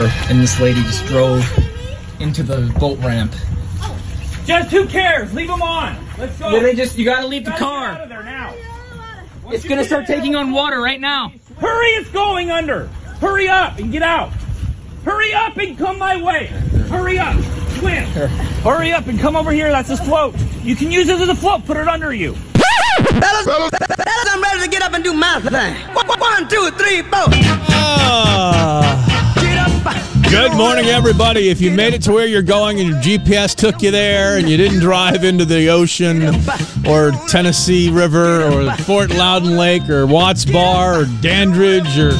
and this lady just drove into the boat ramp. Just who cares? Leave them on. Let's go. Well, they just, you gotta leave the Guys, Get out car. of there now. It's gonna start taking on water right now. Hurry, it's going under. Hurry up and get out. Hurry up and come my way. Hurry up. Swim. Hurry up and come over here. That's his float. You can use it as a float. Put it under you. Fellas, fellas, I'm ready to get up and do my thing. One, one, two, three, four. Ah. Get up. Good morning, everybody. If you made it to where you're going and your GPS took you there and you didn't drive into the ocean or Tennessee River or Fort Loudon Lake or Watts Bar or Dandridge or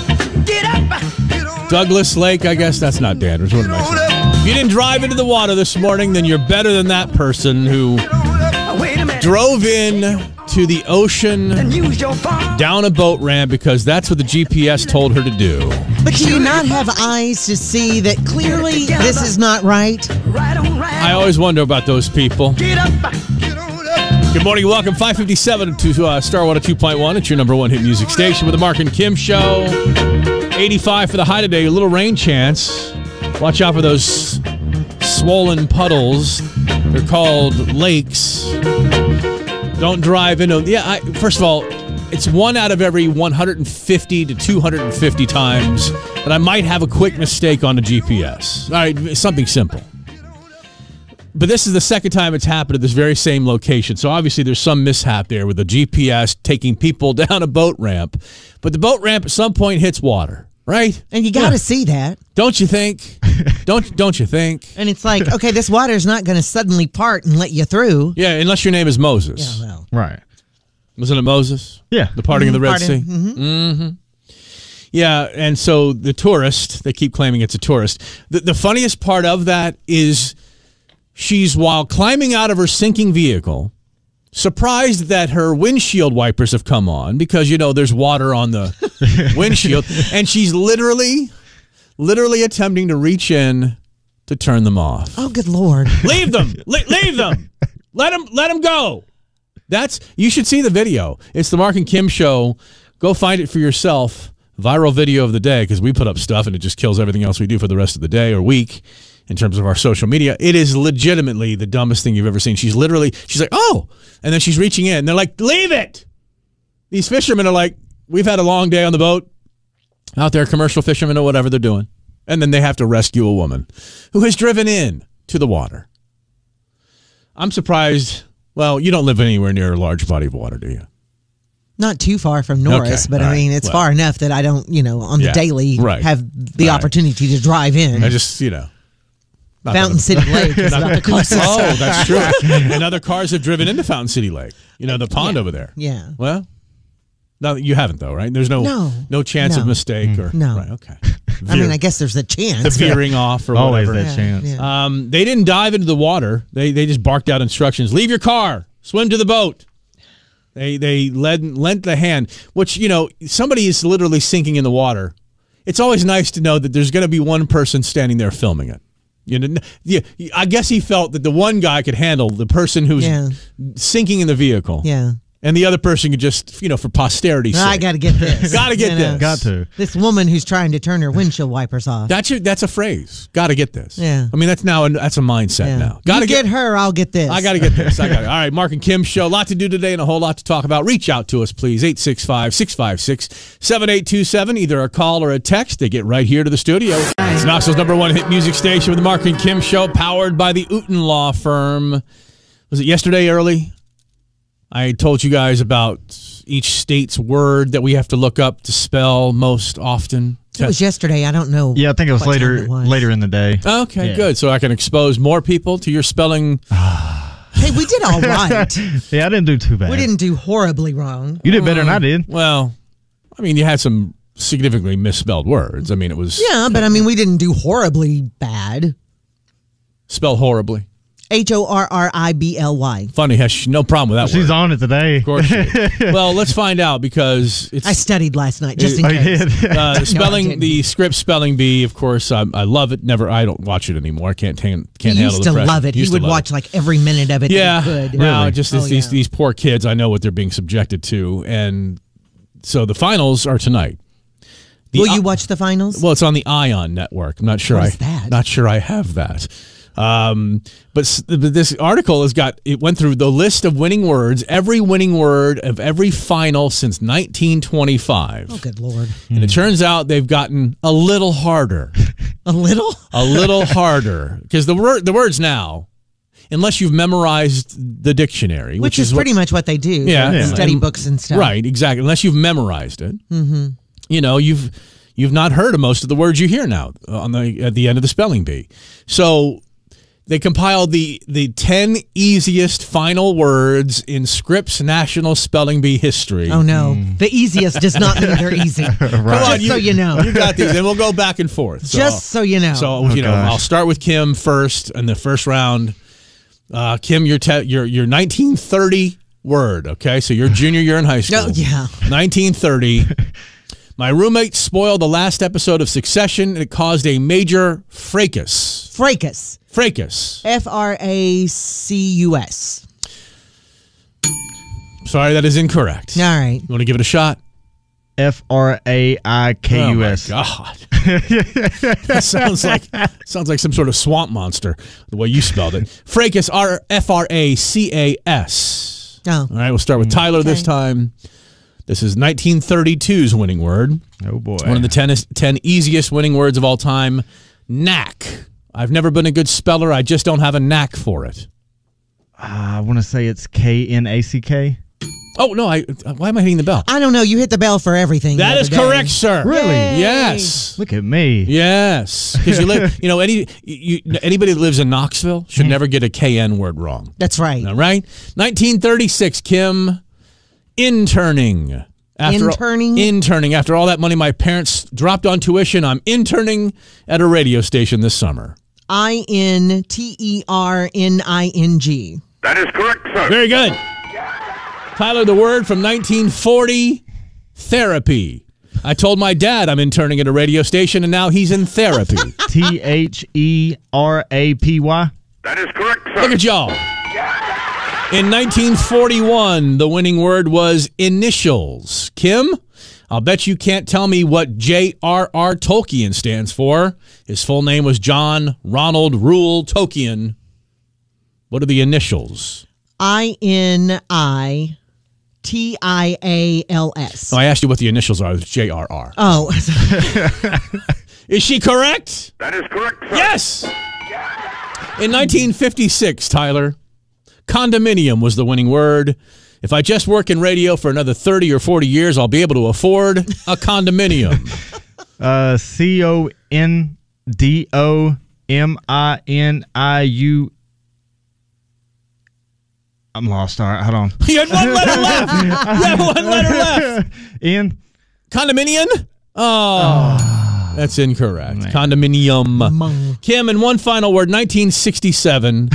Get up. Get on Douglas Lake, I guess that's not Dandridge. What am I saying? If you didn't drive into the water this morning, then you're better than that person who up. Wait a minute. drove in to the ocean And use your phone. down a boat ramp because that's what the GPS told her to do. But do you not have eyes to see that clearly this is not right? Right on, right. I always wonder about those people. Get up. Get on up. Good morning, welcome. 557 to uh, Star Water 2.1. It's your number one hit music station with the Mark and Kim show. 85 for the high today. A little rain chance. Watch out for those swollen puddles. They're called lakes. Don't drive into Yeah, I, first of all, it's one out of every 150 to 250 times that I might have a quick mistake on the GPS. All right, something simple but this is the second time it's happened at this very same location. So obviously there's some mishap there with the GPS taking people down a boat ramp. But the boat ramp at some point hits water, right? And you got to Yeah. see that. Don't you think? don't don't you think? And it's like, okay, this water's not going to suddenly part and let you through. Yeah, unless your name is Moses. Yeah, well. Right. Wasn't it Moses? Yeah. The parting of the Red Pardon? Mm-hmm. Sea. Mm-hmm. Yeah, and so the tourist, they keep claiming it's a tourist. The, the funniest part of that is she's, while climbing out of her sinking vehicle, surprised that her windshield wipers have come on because, you know, there's water on the windshield. And she's literally, literally attempting to reach in to turn them off. Oh, good lord. Leave them. Le- leave them. Let them. Let them go. That's. You should see the video. It's the Mark and Kim show. Go find it for yourself. Viral video of the day because we put up stuff and it just kills everything else we do for the rest of the day or week in terms of our social media. It is legitimately the dumbest thing you've ever seen. She's literally. She's like, oh, and then she's reaching in. They're like, leave it. These fishermen are like, we've had a long day on the boat out there, commercial fishermen or whatever they're doing. And then they have to rescue a woman who has driven in to the water. I'm surprised. Well, you don't live anywhere near a large body of water, do you? Not too far from Norris, Okay, but all I mean, right, it's well. far enough that I don't, you know, on the Yeah, daily right, have the right. opportunity to drive in. I just, you know. not that Fountain I'm- City Lake is not the closest. Oh, that's true. and other cars have driven into Fountain City Lake. You know, the pond over there. Yeah. Well, no, you haven't though, right? There's no No. chance of No. Mm. mistake or No. Right, okay. I mean, Veer- I guess there's the a chance. veering off or Always whatever. that chance. yeah. Um, they didn't dive into the water. They they just barked out instructions: leave your car, swim to the boat. They they led lent the hand, which you know somebody is literally sinking in the water. It's always nice to know that there's going to be one person standing there filming it. You know, yeah, I guess he felt that the one guy could handle the person who's Yeah. sinking in the vehicle. Yeah. And the other person could just, you know, for posterity's sake. I got to get this. Gotta get You know, this. Got to. This woman who's trying to turn her windshield wipers off. That's your, that's a phrase. Got to get this. Yeah. I mean, that's now that's a mindset Yeah. now. Got You to get, her, I'll get this. I got to get this. I got it. All right, Mark and Kim show. A lot to do today and a whole lot to talk about. Reach out to us, please. 865 656 7827. Either a call or a text. They get right here to the studio. It's Knoxville's number one hit music station with the Mark and Kim show, powered by the Uten Law Firm. Was it yesterday early? I told you guys about each state's word that we have to look up to spell most often. It was yesterday. I don't know. Yeah, I think it was what time later it was. later in the day. Okay, Yeah. good. So I can expose more people to your spelling. Hey, we did all right. Yeah, I didn't do too bad. we didn't do horribly wrong. You did better Oh. than I did. Well, I mean, you had some significantly misspelled words. I mean, it was Yeah, but I mean, we didn't do horribly bad. spelled horribly. H O R R I B L Y. Funny, has no problem with that She's word. on it today. Of course. she is. well, let's find out because it's I studied last night just in I case. Oh, did. uh, the spelling didn't. the script spelling bee. Of course, I, I love it. Never, I don't watch it anymore. I can't tan- can't He handle used the to pressure. love it. He Used to would love watch like every minute of it. that he Yeah, could. no, just Oh, this, these yeah. these poor kids. I know what they're being subjected to, and so the finals are tonight. The Will I- you watch the finals? uh, Well, it's on the Ion network. I'm not sure. What I, is that? Not sure I have that. Um, but, s- but this article has got it went through the list of winning words, every winning word of every final since 1925. oh, good lord. And it turns out they've gotten a little harder, A little? a little harder, because the word the words now, unless you've memorized the dictionary, which, Which, is, what- pretty much what they do. Yeah, They yeah. Study And- books and stuff. Right, exactly. Unless you've memorized it, mm-hmm. you know you've you've not heard of most of the words you hear now uh, on the at the end of the spelling bee. So they compiled the the ten easiest final words in Scripps National Spelling Bee history. Oh no. Mm. The easiest does not mean they're easy. Just on, you- so you know. You got these, and we'll go back and forth. So Just so you know. So you know, Oh. gosh. I'll start with Kim first in the first round. Uh, Kim, your te- your your 1930 word. Okay, so your junior year in high school. Oh, yeah. 1930. My roommate spoiled the last episode of Succession, and it caused a major fracas. Fracas. Fracas. F R A C U S. Sorry, that is incorrect. All right. You want to give it a shot? F R A I K U S. Oh my God, that sounds like sounds like some sort of swamp monster. The way you spelled it, fracas. R F R A C A S. Oh. All right, we'll start with Tyler this time. This is 1932's winning word. Oh boy. One of the 10, is- 10 easiest winning words of all time. Knack. I've never been a good speller. I just don't have a knack for it. I want to say it's K N A C K. Oh no! I why am I hitting the bell? I don't know. You hit the bell for everything. that the is other day. correct, sir. Really? Yay. Yes. Look at me. Yes, because you live. You know, any you, anybody that lives in Knoxville should never get a KN word wrong. That's right. All right, 1936. Kim interning. Interning? interning. After all that money my parents dropped on tuition, I'm interning at a radio station this summer. I N T E R N I N G. That is correct, sir. Very good. Tyler, the word from 1940, therapy. I told my dad I'm interning at a radio station, and now he's in therapy. T H E R A P Y. That is correct, sir. Look at y'all. In 1941, the winning word was initials. Kim, I'll bet you can't tell me what J.R.R. Tolkien stands for. His full name was John Ronald Rule Tolkien. What are the initials? I N I T I A L S. No, Oh, I asked you what the initials are. It's J.R.R. Oh, Is she correct? That is correct, sir. Yes. In 1956, Tyler, condominium was the winning word. If I just work in radio for another 30 or 40 years, I'll be able to afford a condominium. Uh, C O N D O M I N I U. I'm lost. All right, hold on. you had one letter left. You had one letter left. N. Condominium? Oh. That's incorrect. Condominium. Mung. Kim, and one final word 1967,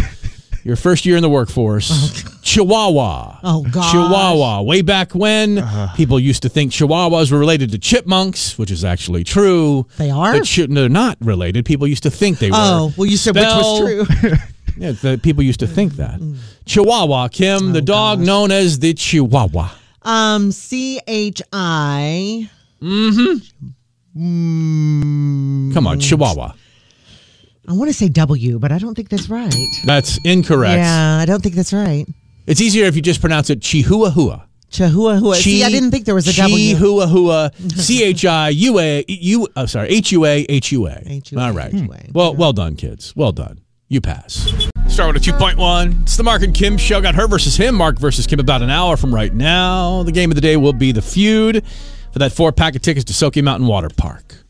your first year in the workforce, Chihuahua. Oh, gosh. Uh-huh. Chihuahua. Way back when, people used to think Chihuahuas were related to chipmunks, which is actually true. They are? But chi- they're not related. People used to think they were. oh, well, you said which was Spell- true. Mm. Yeah, the, people used to think that. Chihuahua, Kim, Oh, the dog known as the Chihuahua. Um, C H I. Come Mm. on, Chihuahua. I want to say W, but I don't think that's right. That's incorrect. Yeah, I don't think that's right. It's easier if you just pronounce it Chihuahua. Chihuahua. See, I didn't think there was a W. Chihuahua. C H I U A U. I'm sorry. H U A H U A. H U A, All right. H U A. Well, well done, kids. Well done. You pass. Start with a 2.1. It's the Mark and Kim show. Got her versus him. Mark versus Kim about an hour from right now. The game of the day will be the feud for that four pack of tickets to Soaky Mountain Water Park.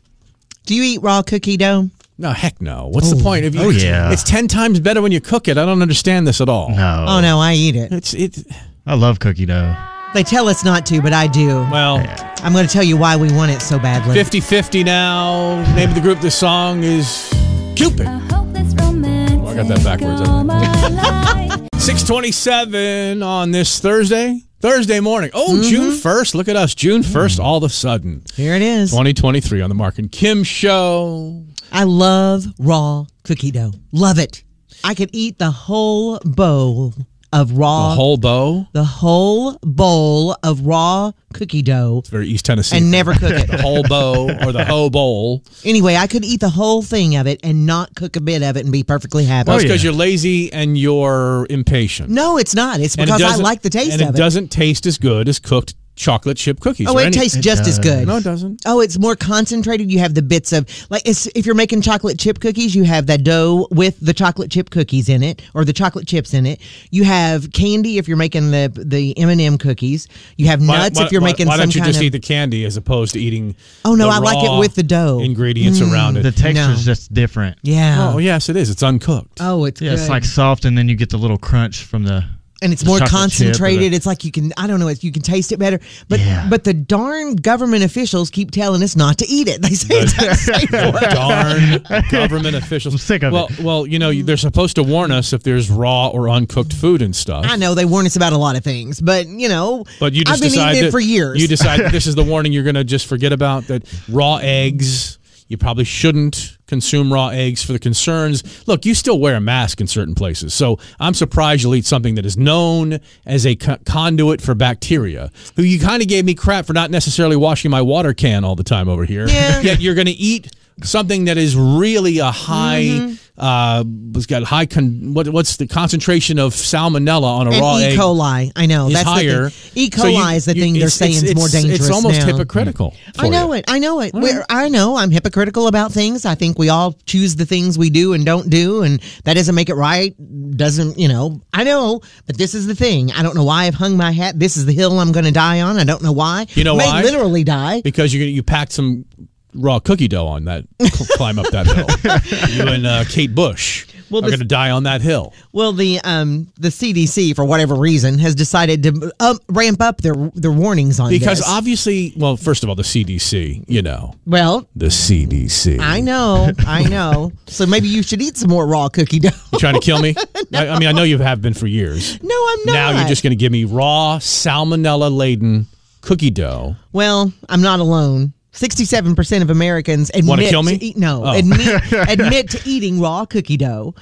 Do you eat raw cookie dough? No, heck no. What's the point? If you, Oh, yeah. It's 10 times better when you cook it. I don't understand this at all. No. Oh no, I eat it. It's, it, I love cookie dough. They tell us not to, but I do. well, I'm going to tell you why we want it so badly. 50 50 now. Name of the group, this song is Cupid. Well, I got that backwards, I think. 627 on this Thursday. Thursday morning. Mm-hmm. Oh, June 1st. Look at us. June 1st, Mm. all of a sudden. Here it is. 2023 on the Mark and Kim show. I love raw cookie dough. Love it. I could eat the whole bowl of raw, The whole dough. the whole bowl of raw cookie dough Very East Tennessee. and never Oh, cook it. the whole bowl or the whole bowl. Anyway, I could eat the whole thing of it and not cook a bit of it and be perfectly happy. That's yeah. because you're lazy and you're impatient. No, it's not. It's And it because I doesn't- like the taste and of it. it. doesn't taste as good as cooked chocolate chip cookies. oh, or it any- tastes It just as does. good. No, it doesn't. Oh, it's more concentrated. You have the bits of like it's, if you're making chocolate chip cookies, you have that dough with the chocolate chip cookies in it or the chocolate chips in it. You have candy if you're making the the M and m cookies. You have Why- nuts why- if you're why- making Why some don't you kind just of. eat the candy as opposed to eating? Oh, no, the I like it raw with the dough. Mm, ingredients around The it. texture's No. just different. yeah. Oh yes, it is. It's uncooked. Oh, it's Yeah, good. it's like soft, and then you get the little crunch from the. and it's the more chocolate chip or the- concentrated. It's like you can I don't know, it's, you can taste it better. But Yeah. but the darn government officials keep telling us not to eat it. They say it's not safe for us. Darn government officials! I'm sick of well, it. Well, you know you- they're supposed to warn us if there's raw or uncooked food and stuff. I know they warn us about a lot of things, but you know, But you just I've been decide eating that- it for years. You decide that this is the warning you're going to just forget about that raw eggs. You probably shouldn't consume raw eggs for the concerns. Look, you still wear a mask in certain places, so I'm surprised you'll eat something that is known as a co- conduit for bacteria. Who you kind of gave me crap for not necessarily washing my water can all the time over here. Yeah. Yet you're going to eat something that is really a high. Mm-hmm. Uh, it's got high con- what, what's the concentration of salmonella on a and raw E. egg? coli. I know is that's higher. The thing. E. coli So you- is the you- thing they're it's- saying it's- is more it's- dangerous. It's almost now. hypocritical. I know it. it. I know it. We're, I know I'm hypocritical about things. I think we all choose the things we do and don't do, and that doesn't make it right. Doesn't you know? I know, but this is the thing. I don't know why I've hung my hat. This is the hill I'm going to die on. I don't know why. You know may why? literally die. because you you packed some raw cookie dough on that cl- climb up that hill. You and uh, Kate Bush Well, are this- going to die on that hill. Well, the um the CDC for whatever reason has decided to um, ramp up their their warnings on Because this. obviously, well, first of all, the CDC, you know, well, the CDC. I know, I know. So maybe you should eat some more raw cookie dough. You trying to kill me? I, I mean, I know you have been for years. No, I'm not. Now you're just going to give me raw salmonella laden cookie dough. Well, I'm not alone. 67% of Americans Wanna admit kill me? to eat, no, Oh. admit, admit to eating raw cookie dough.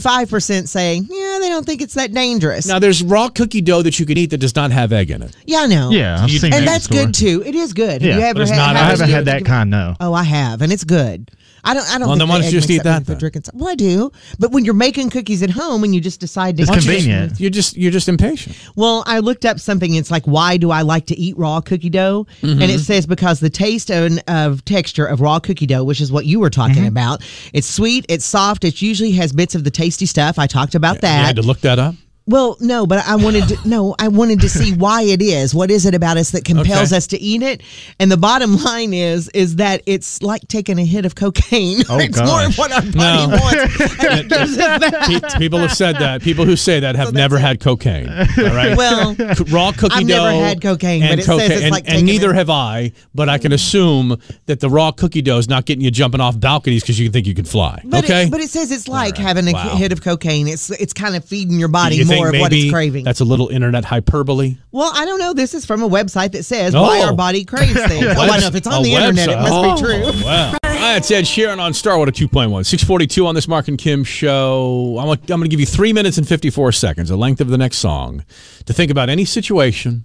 55% say, yeah, they don't think it's that dangerous. Now there's raw cookie dough that you can eat that does not have egg in it. Yeah, I know. Yeah, I've You- seen that And in the that's store. good too. It is good. Yeah, Have you but ever it's had, not- had I it? haven't had that kind. No. Oh, I have, and it's good. I don't. I don't. Well, think then why don't the you egg just makes eat up that for then? drinking so- Well, I do, but when you're making cookies at home and you just decide to, It's Why don't you just- convenient. You're just you're just impatient. well, I looked up something. It's like, why do I like to eat raw cookie dough? And Mm-hmm. it says because the taste and of texture of raw cookie dough, which is what you were talking Mm-hmm. about. It's sweet. It's soft. It usually has bits of the tasty stuff. I talked about You that. had to look that up. Well, no, but I wanted to, no, I wanted to see why it is. What is it about us that compels Okay. us to eat it? And the bottom line is, is that it's like taking a hit of cocaine. Oh, it's more of gosh. what our No. body wants. And it gives us that. Pe- people have said that. People who say that have never had cocaine. All right. Well, C- raw cookie I've dough. never had cocaine, and but it says it's and, like and taking neither it- have I. But I can assume that the raw cookie dough is not getting you jumping off balconies because you think you can fly. But okay. it, but it says it's like having a Wow. hit of cocaine. It's it's kind of feeding your body you more think of what maybe it's craving. that's a little internet hyperbole? well, I don't know. This is from a website that says Oh. why our body craves things. oh, I Webs- know if it's a on the internet, it website. must be Oh, true. Wow. Hi, it's Ed Sheeran on Starwater 2.1. 642 on this Mark and Kim show. I'm, gonna- I'm going to give you three minutes and 54 seconds, the length of the next song, to think about any situation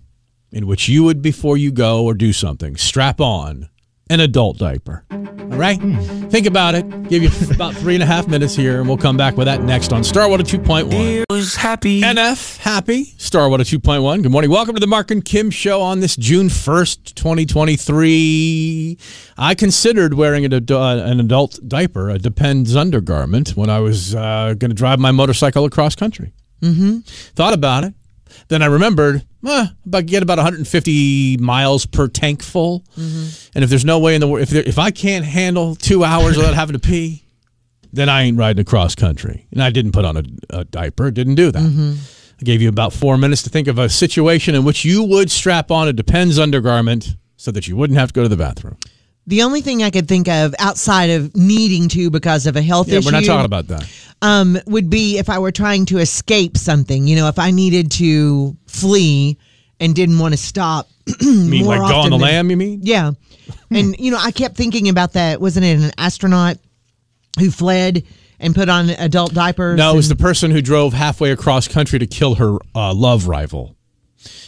in which you would, before you go or do something, strap on an adult diaper. All right? Hmm. Think about it. Give you about three and a half minutes here, and we'll come back with that next on Starwater 2.1. NF Happy Star oh What a 2.1. Good morning. Welcome to the Mark and Kim show on this June 1st, 2023. I considered wearing an, ad- uh, an adult diaper, a Depends undergarment, when I was uh, going to drive my motorcycle across country. Mm-hmm. Thought about it. Then I remembered, eh, about get about 150 miles per tank full. And if there's no way in the world, if, there, if I can't handle two hours without having to pee, then I ain't riding across country. And I didn't put on a, a diaper, didn't do that. I gave you about four minutes to think of a situation in which you would strap on a Depends undergarment so that you wouldn't have to go to the bathroom. The only thing I could think of outside of needing to because of a health Yeah, issue we're not talking about that. um, would be if I were trying to escape something. You know, if I needed to flee and didn't want to stop. You mean more like Dawn often the than- Lamb, you mean? Yeah. And, you know, I kept thinking about that. Wasn't it an astronaut who fled and put on adult diapers. No, it was the and- person who drove halfway across country to kill her uh, love rival.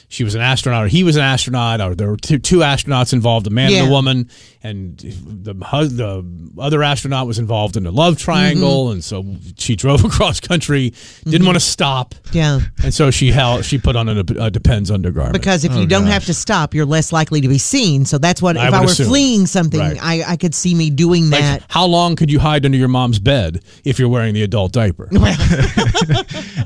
She was an astronaut, or he was an astronaut, or there were two, two astronauts involved, a man and Yeah. a woman, and the hu- the other astronaut was involved in a love triangle, Mm-hmm. and so she drove across country, didn't want to stop, yeah. and so she held, she put on a, a Depends undergarment. Because if you don't have to stop, you're less likely to be seen. So that's what Oh, I if I would were assume. fleeing something, Right. I, I could see me doing Like, that. how long could you hide under your mom's bed if you're wearing the adult diaper?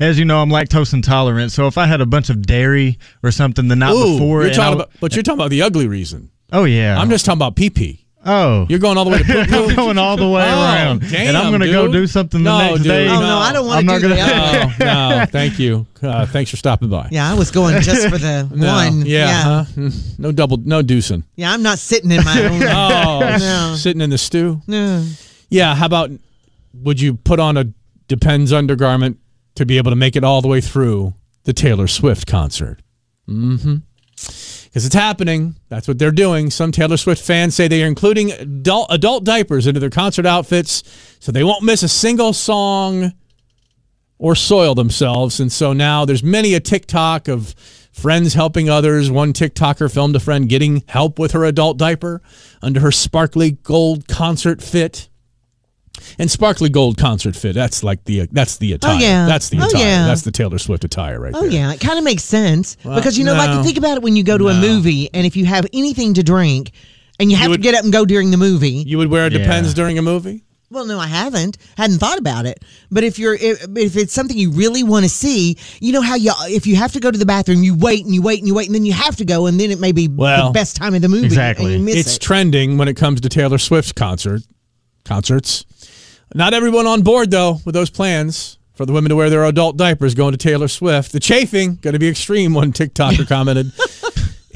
As you know, I'm lactose intolerant, so if I had a bunch of dairy or something the night Ooh, before, you're and I talking w- about, but you're talking about the ugly reason. oh yeah, I'm just talking about pee pee. oh, You're going all the way to poo poo. I'm going all the way Oh, around, damn, and I'm gonna go dude. do something the No, next dude. day. oh no, no, I don't want I'm to not do gonna- that. no, Oh, no, thank you. Uh, thanks for stopping by. Yeah, I was going just for the No, one. Yeah. yeah. huh? Mm, No double, no deucing. Yeah, I'm not sitting in my own. Oh, No. s- sitting in the stew. No. Yeah. How about would you put on a Depends undergarment to be able to make it all the way through the Taylor Swift concert? Mm-hmm. Because it's happening. That's what they're doing. Some Taylor Swift fans say they are including adult, adult diapers into their concert outfits so they won't miss a single song or soil themselves. And so now there's many a TikTok of friends helping others. One TikToker filmed a friend getting help with her adult diaper under her sparkly gold concert fit. And sparkly gold concert fit. That's like the that's the attire. yeah. That's the Oh, attire. yeah. That's the Taylor Swift attire right Oh there. yeah, it kind of makes sense because you know, no. like think about it when you go to a movie and if you have anything to drink and you have would- to get up and go during the movie. You would wear a Yeah. depends during a movie? well, no, I haven't, hadn't thought about it. But if you're if, if it's something you really want to see, you know how you if you have to go to the bathroom, you wait and you wait and you wait and then you have to go and then it may be Well, the best time of the movie. and exactly. you miss it's it. trending when it comes to Taylor Swift's concert concerts. Not everyone on board though with those plans for the women to wear their adult diapers going to Taylor Swift. The chafing going to be extreme. One TikToker commented.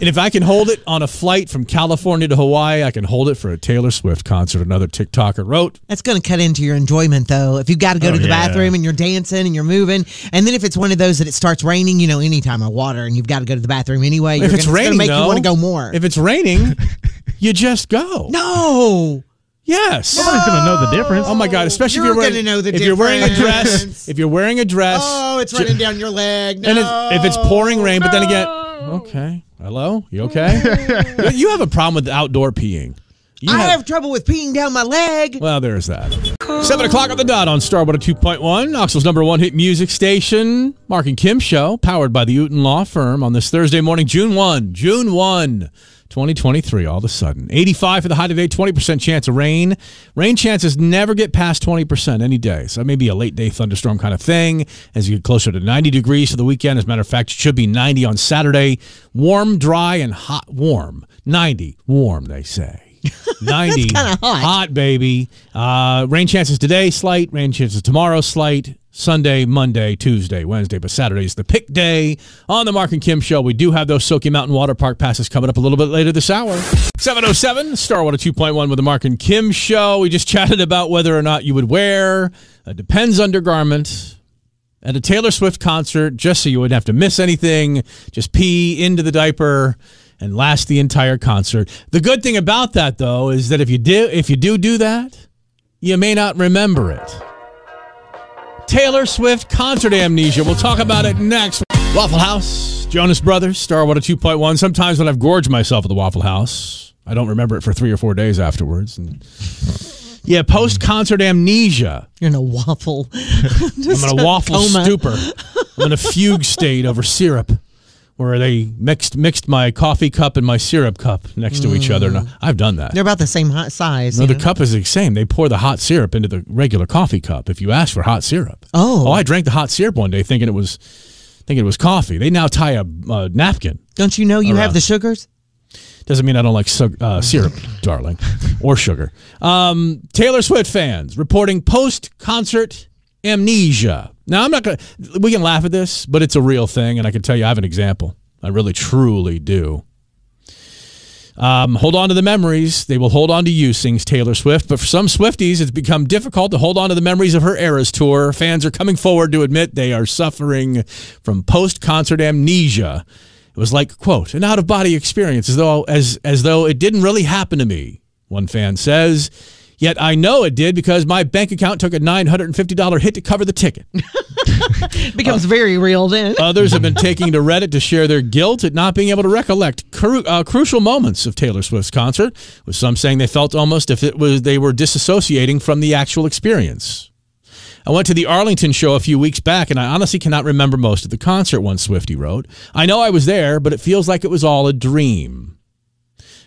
And if I can hold it on a flight from California to Hawaii, I can hold it for a Taylor Swift concert. Another TikToker wrote, That's going to cut into your enjoyment, though. If you've got to Oh, go to the yeah. bathroom and you're dancing and you're moving, and then if it's one of those that it starts raining, you know, any time of water, and you've got to go to the bathroom anyway, you're "If it's gonna, raining, going to make though, you want to go more. If it's raining, you just go. no, Yes. Nobody's gonna know the difference. Oh my God! Especially You're if you're wearing gonna know the if you're wearing a dress. difference. If you're wearing a dress. oh, it's running down your leg. No. And it's, if it's pouring rain, but then again, okay. Hello, you okay? You- you have a problem with outdoor peeing. You I have trouble with peeing down my leg. Well, there's that. Seven o'clock on the dot on Starwater 2.1, Knoxville's number one hit music station, Mark and Kim show, powered by the Uten Law Firm on this Thursday morning, June 1, June 1, 2023, all of a sudden. 85 for the high today, 20% chance of rain. Rain chances never get past 20% any day. So maybe a late day thunderstorm kind of thing as you get closer to 90 degrees for the weekend. As a matter of fact, it should be 90 on Saturday. Warm, dry, and hot. Warm. 90. Warm, they say. 90. hot. Hot, baby. Uh, rain chances today, slight. Rain chances tomorrow, slight. Sunday, Monday, Tuesday, Wednesday, but Saturday is the pick day on the Mark and Kim show. We do have those Soaky Mountain Water Park passes coming up a little bit later this hour. 707 Starwater 2.1 with the Mark and Kim show. We just chatted about whether or not you would wear a Depends undergarment at a Taylor Swift concert just so you wouldn't have to miss anything. Just pee into the diaper and last the entire concert. The good thing about that though is that if you do if you do do that, you may not remember it. Taylor Swift concert amnesia. We'll talk about it next. Waffle House, Jonas Brothers, Starwater 2.1. Sometimes when I've gorged myself at the Waffle House, I don't remember it for three or four days afterwards. And yeah, post concert amnesia. You're in a waffle. I'm in a waffle coma. stupor. I'm in a fugue state over syrup, where they mixed mixed my coffee cup and my syrup cup next to each other. And I- I've done that. They're about the same hot size. No, you the know? cup is the same. They pour the hot syrup into the regular coffee cup. If you ask for hot syrup, Oh. I drank the hot syrup one day thinking it was thinking it was coffee. They now tie a uh, napkin. Don't you know you around. have the sugars? Doesn't mean I don't like su- uh, syrup, darling, or sugar. Um, Taylor Swift fans reporting post concert amnesia. Now, I'm not going to, we can laugh at this, but it's a real thing. And I can tell you, I have an example. I really, truly do. Um, hold on to the memories. They will hold on to you, sings Taylor Swift. But for some Swifties, it's become difficult to hold on to the memories of her Eras tour. Fans are coming forward to admit they are suffering from post-concert amnesia. It was like, quote, an out-of-body experience, as though as as though it didn't really happen to me. One fan says, Yet I know it did because my bank account took a $950 hit to cover the ticket. Uh, Becomes very real then. Others have been taking to Reddit to share their guilt at not being able to recollect cru- uh, crucial moments of Taylor Swift's concert, with some saying they felt almost if it was they were disassociating from the actual experience. I went to the Arlington show a few weeks back, and I honestly cannot remember most of the concert. One Swifty wrote, "I know I was there, but it feels like it was all a dream."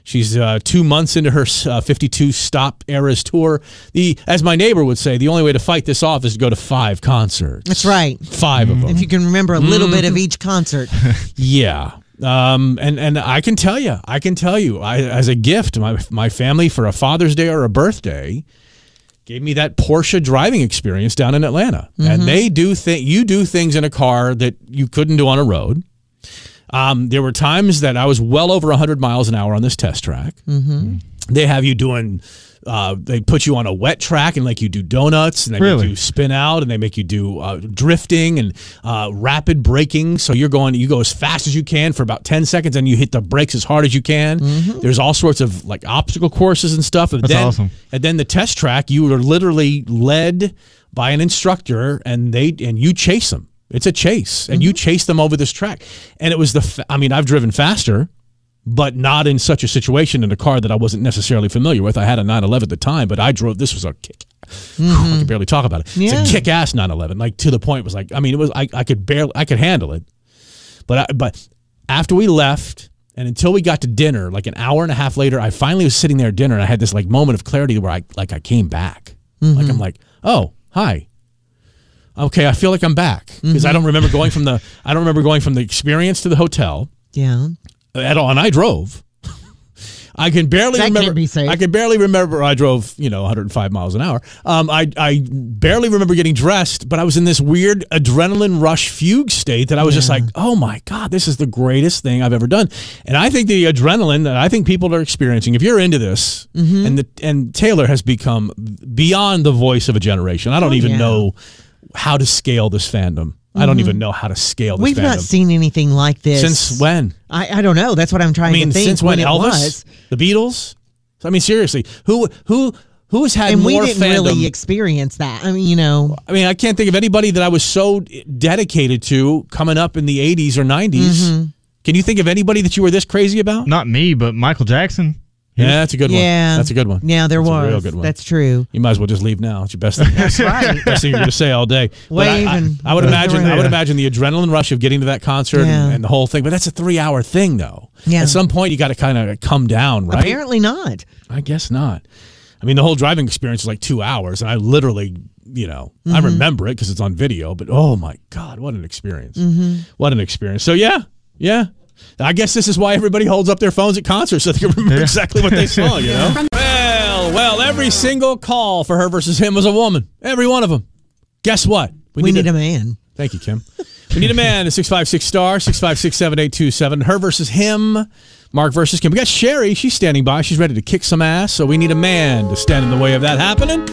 She's uh, two months into her uh, 52 stop eras tour. The, as my neighbor would say, the only way to fight this off is to go to five concerts. That's right. Mm-hmm. Five of them. If you can remember a little bit of each concert. Yeah. Um, and, and I can tell you, I can tell you, I, as a gift, my, my family for a Father's Day or a birthday gave me that Porsche driving experience down in Atlanta. And they do think you do things in a car that you couldn't do on a road. Um, there were times that I was well over 100 miles an hour on this test track. They have you doing, uh, they put you on a wet track and like you do donuts and they Really? make you spin out and they make you do uh, drifting and uh, rapid braking. So you're going, you go as fast as you can for about 10 seconds and you hit the brakes as hard as you can. There's all sorts of like obstacle courses and stuff. And That's then, awesome. And then the test track, you are literally led by an instructor and they, and you chase them. It's a chase and Mm-hmm. you chase them over this track. And it was the, fa- I mean, I've driven faster but not in such a situation in a car that I wasn't necessarily familiar with. I had a 911 at the time, but I drove. This was a kick. Mm-hmm. I can barely talk about it. Yeah. It's a kick-ass 911. Like to the point it was like I mean it was I, I could barely I could handle it, but I, but after we left and until we got to dinner, like an hour and a half later, I finally was sitting there at dinner and I had this like moment of clarity where I like I came back. Like I'm like oh hi. Okay, I feel like I'm back because I don't remember going from the I don't remember going from the experience to the hotel Yeah. at all, and I drove. I can barely That can't remember. be safe. I can barely remember. I drove, you know, 105 miles an hour. Um, I I barely remember getting dressed, but I was in this weird adrenaline rush fugue state that I was just like, oh my god, this is the greatest thing I've ever done. And I think the adrenaline that I think people are experiencing, if you're into this, Mm-hmm. and the and Taylor has become beyond the voice of a generation. I don't even Oh, yeah. Mm-hmm. know how to scale this fandom. I don't even know how to scale this We've fandom. not seen anything like this. since when? I, I don't know. That's what I'm trying I mean, to think. since when, it Elvis, was. the Beatles? I mean, seriously, who who who has had And we more didn't fandom? really experience that. I mean, you know, I mean, I can't think of anybody that I was so dedicated to coming up in the '80s or '90s. Mm-hmm. Can you think of anybody that you were this crazy about? Not me, but Michael Jackson. Yeah, that's a good yeah, one. That's a good one. Yeah, there That's a was. real good one. That's true. you might as well just leave now. It's your best thing. That's right. Best thing you're going to say all day. But Wave I, I- and- I would imagine. I would Yeah. imagine the adrenaline rush of getting to that concert Yeah. and, and the whole thing. But that's a three-hour thing, though. Yeah. At some point, you got to kind of come down, right? Apparently not. I guess not. I mean, the whole driving experience is like two hours, and I literally, you know, I Mm-hmm. remember it because it's on video. But oh my god, what an experience! Mm-hmm. What an experience! So yeah, yeah. I guess this is why everybody holds up their phones at concerts so they can remember exactly what they saw. You know. Well, well, every single call for her versus him was a woman. Every one of them. Guess what? We to- need a man. Thank you, Kim. We need a man at 656 star, 656 7827. Her versus him, Mark versus Kim. We got Sherry. She's standing by. She's ready to kick some ass. So we need a man to stand in the way of that happening.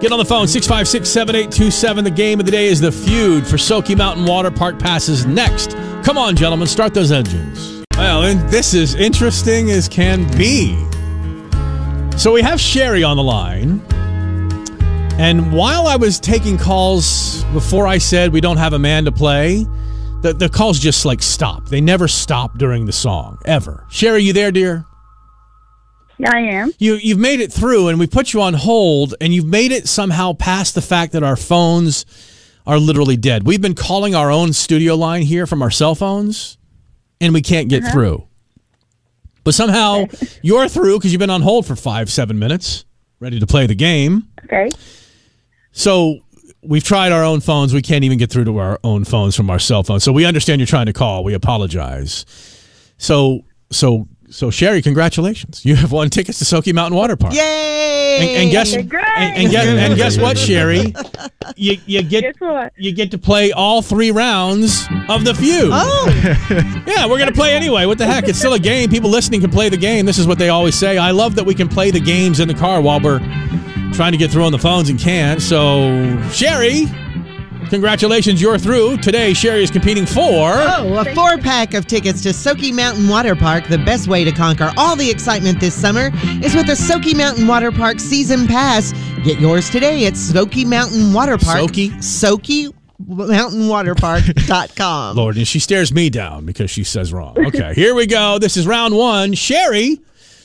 Get on the phone, 656 7827. The game of the day is the feud for Soaky Mountain Water Park passes next. Come on, gentlemen, start those engines. Well, and this is interesting as can be. So we have Sherry on the line. And while I was taking calls before I said we don't have a man to play, the, the calls just like stop. They never stop during the song, ever. Sherry, you there, dear? Yeah, I am. You, you've made it through, and we put you on hold, and you've made it somehow past the fact that our phones are literally dead. We've been calling our own studio line here from our cell phones, and we can't get through. But somehow you're through because you've been on hold for five, seven minutes, ready to play the game. Okay. So we've tried our own phones. We can't even get through to our own phones from our cell phones. So we understand you're trying to call. We apologize. So so so Sherry, congratulations. You have won tickets to Soaky Mountain Water Park. Yay! And, and guess and, Great. and guess and guess what, Sherry? You you Guess get what? you get to play all three rounds of the feud. oh, Yeah, we're gonna play anyway. What the heck? It's still a game. People listening can play the game. This is what they always say. I love that we can play the games in the car while we're trying to get through on the phones and can't. So Sherry, Congratulations, you're through. Today, Sherry is competing for. Oh, a four pack of tickets to Soaky Mountain Water Park. The best way to conquer all the excitement this summer is with the Soaky Mountain Water Park season pass. Get yours today at Soaky Mountain Water Park. Soaky? Soaky Mountain Water Park.com. Lord, and she stares me down because she says wrong. Okay, here we go. This is round one. Sherry,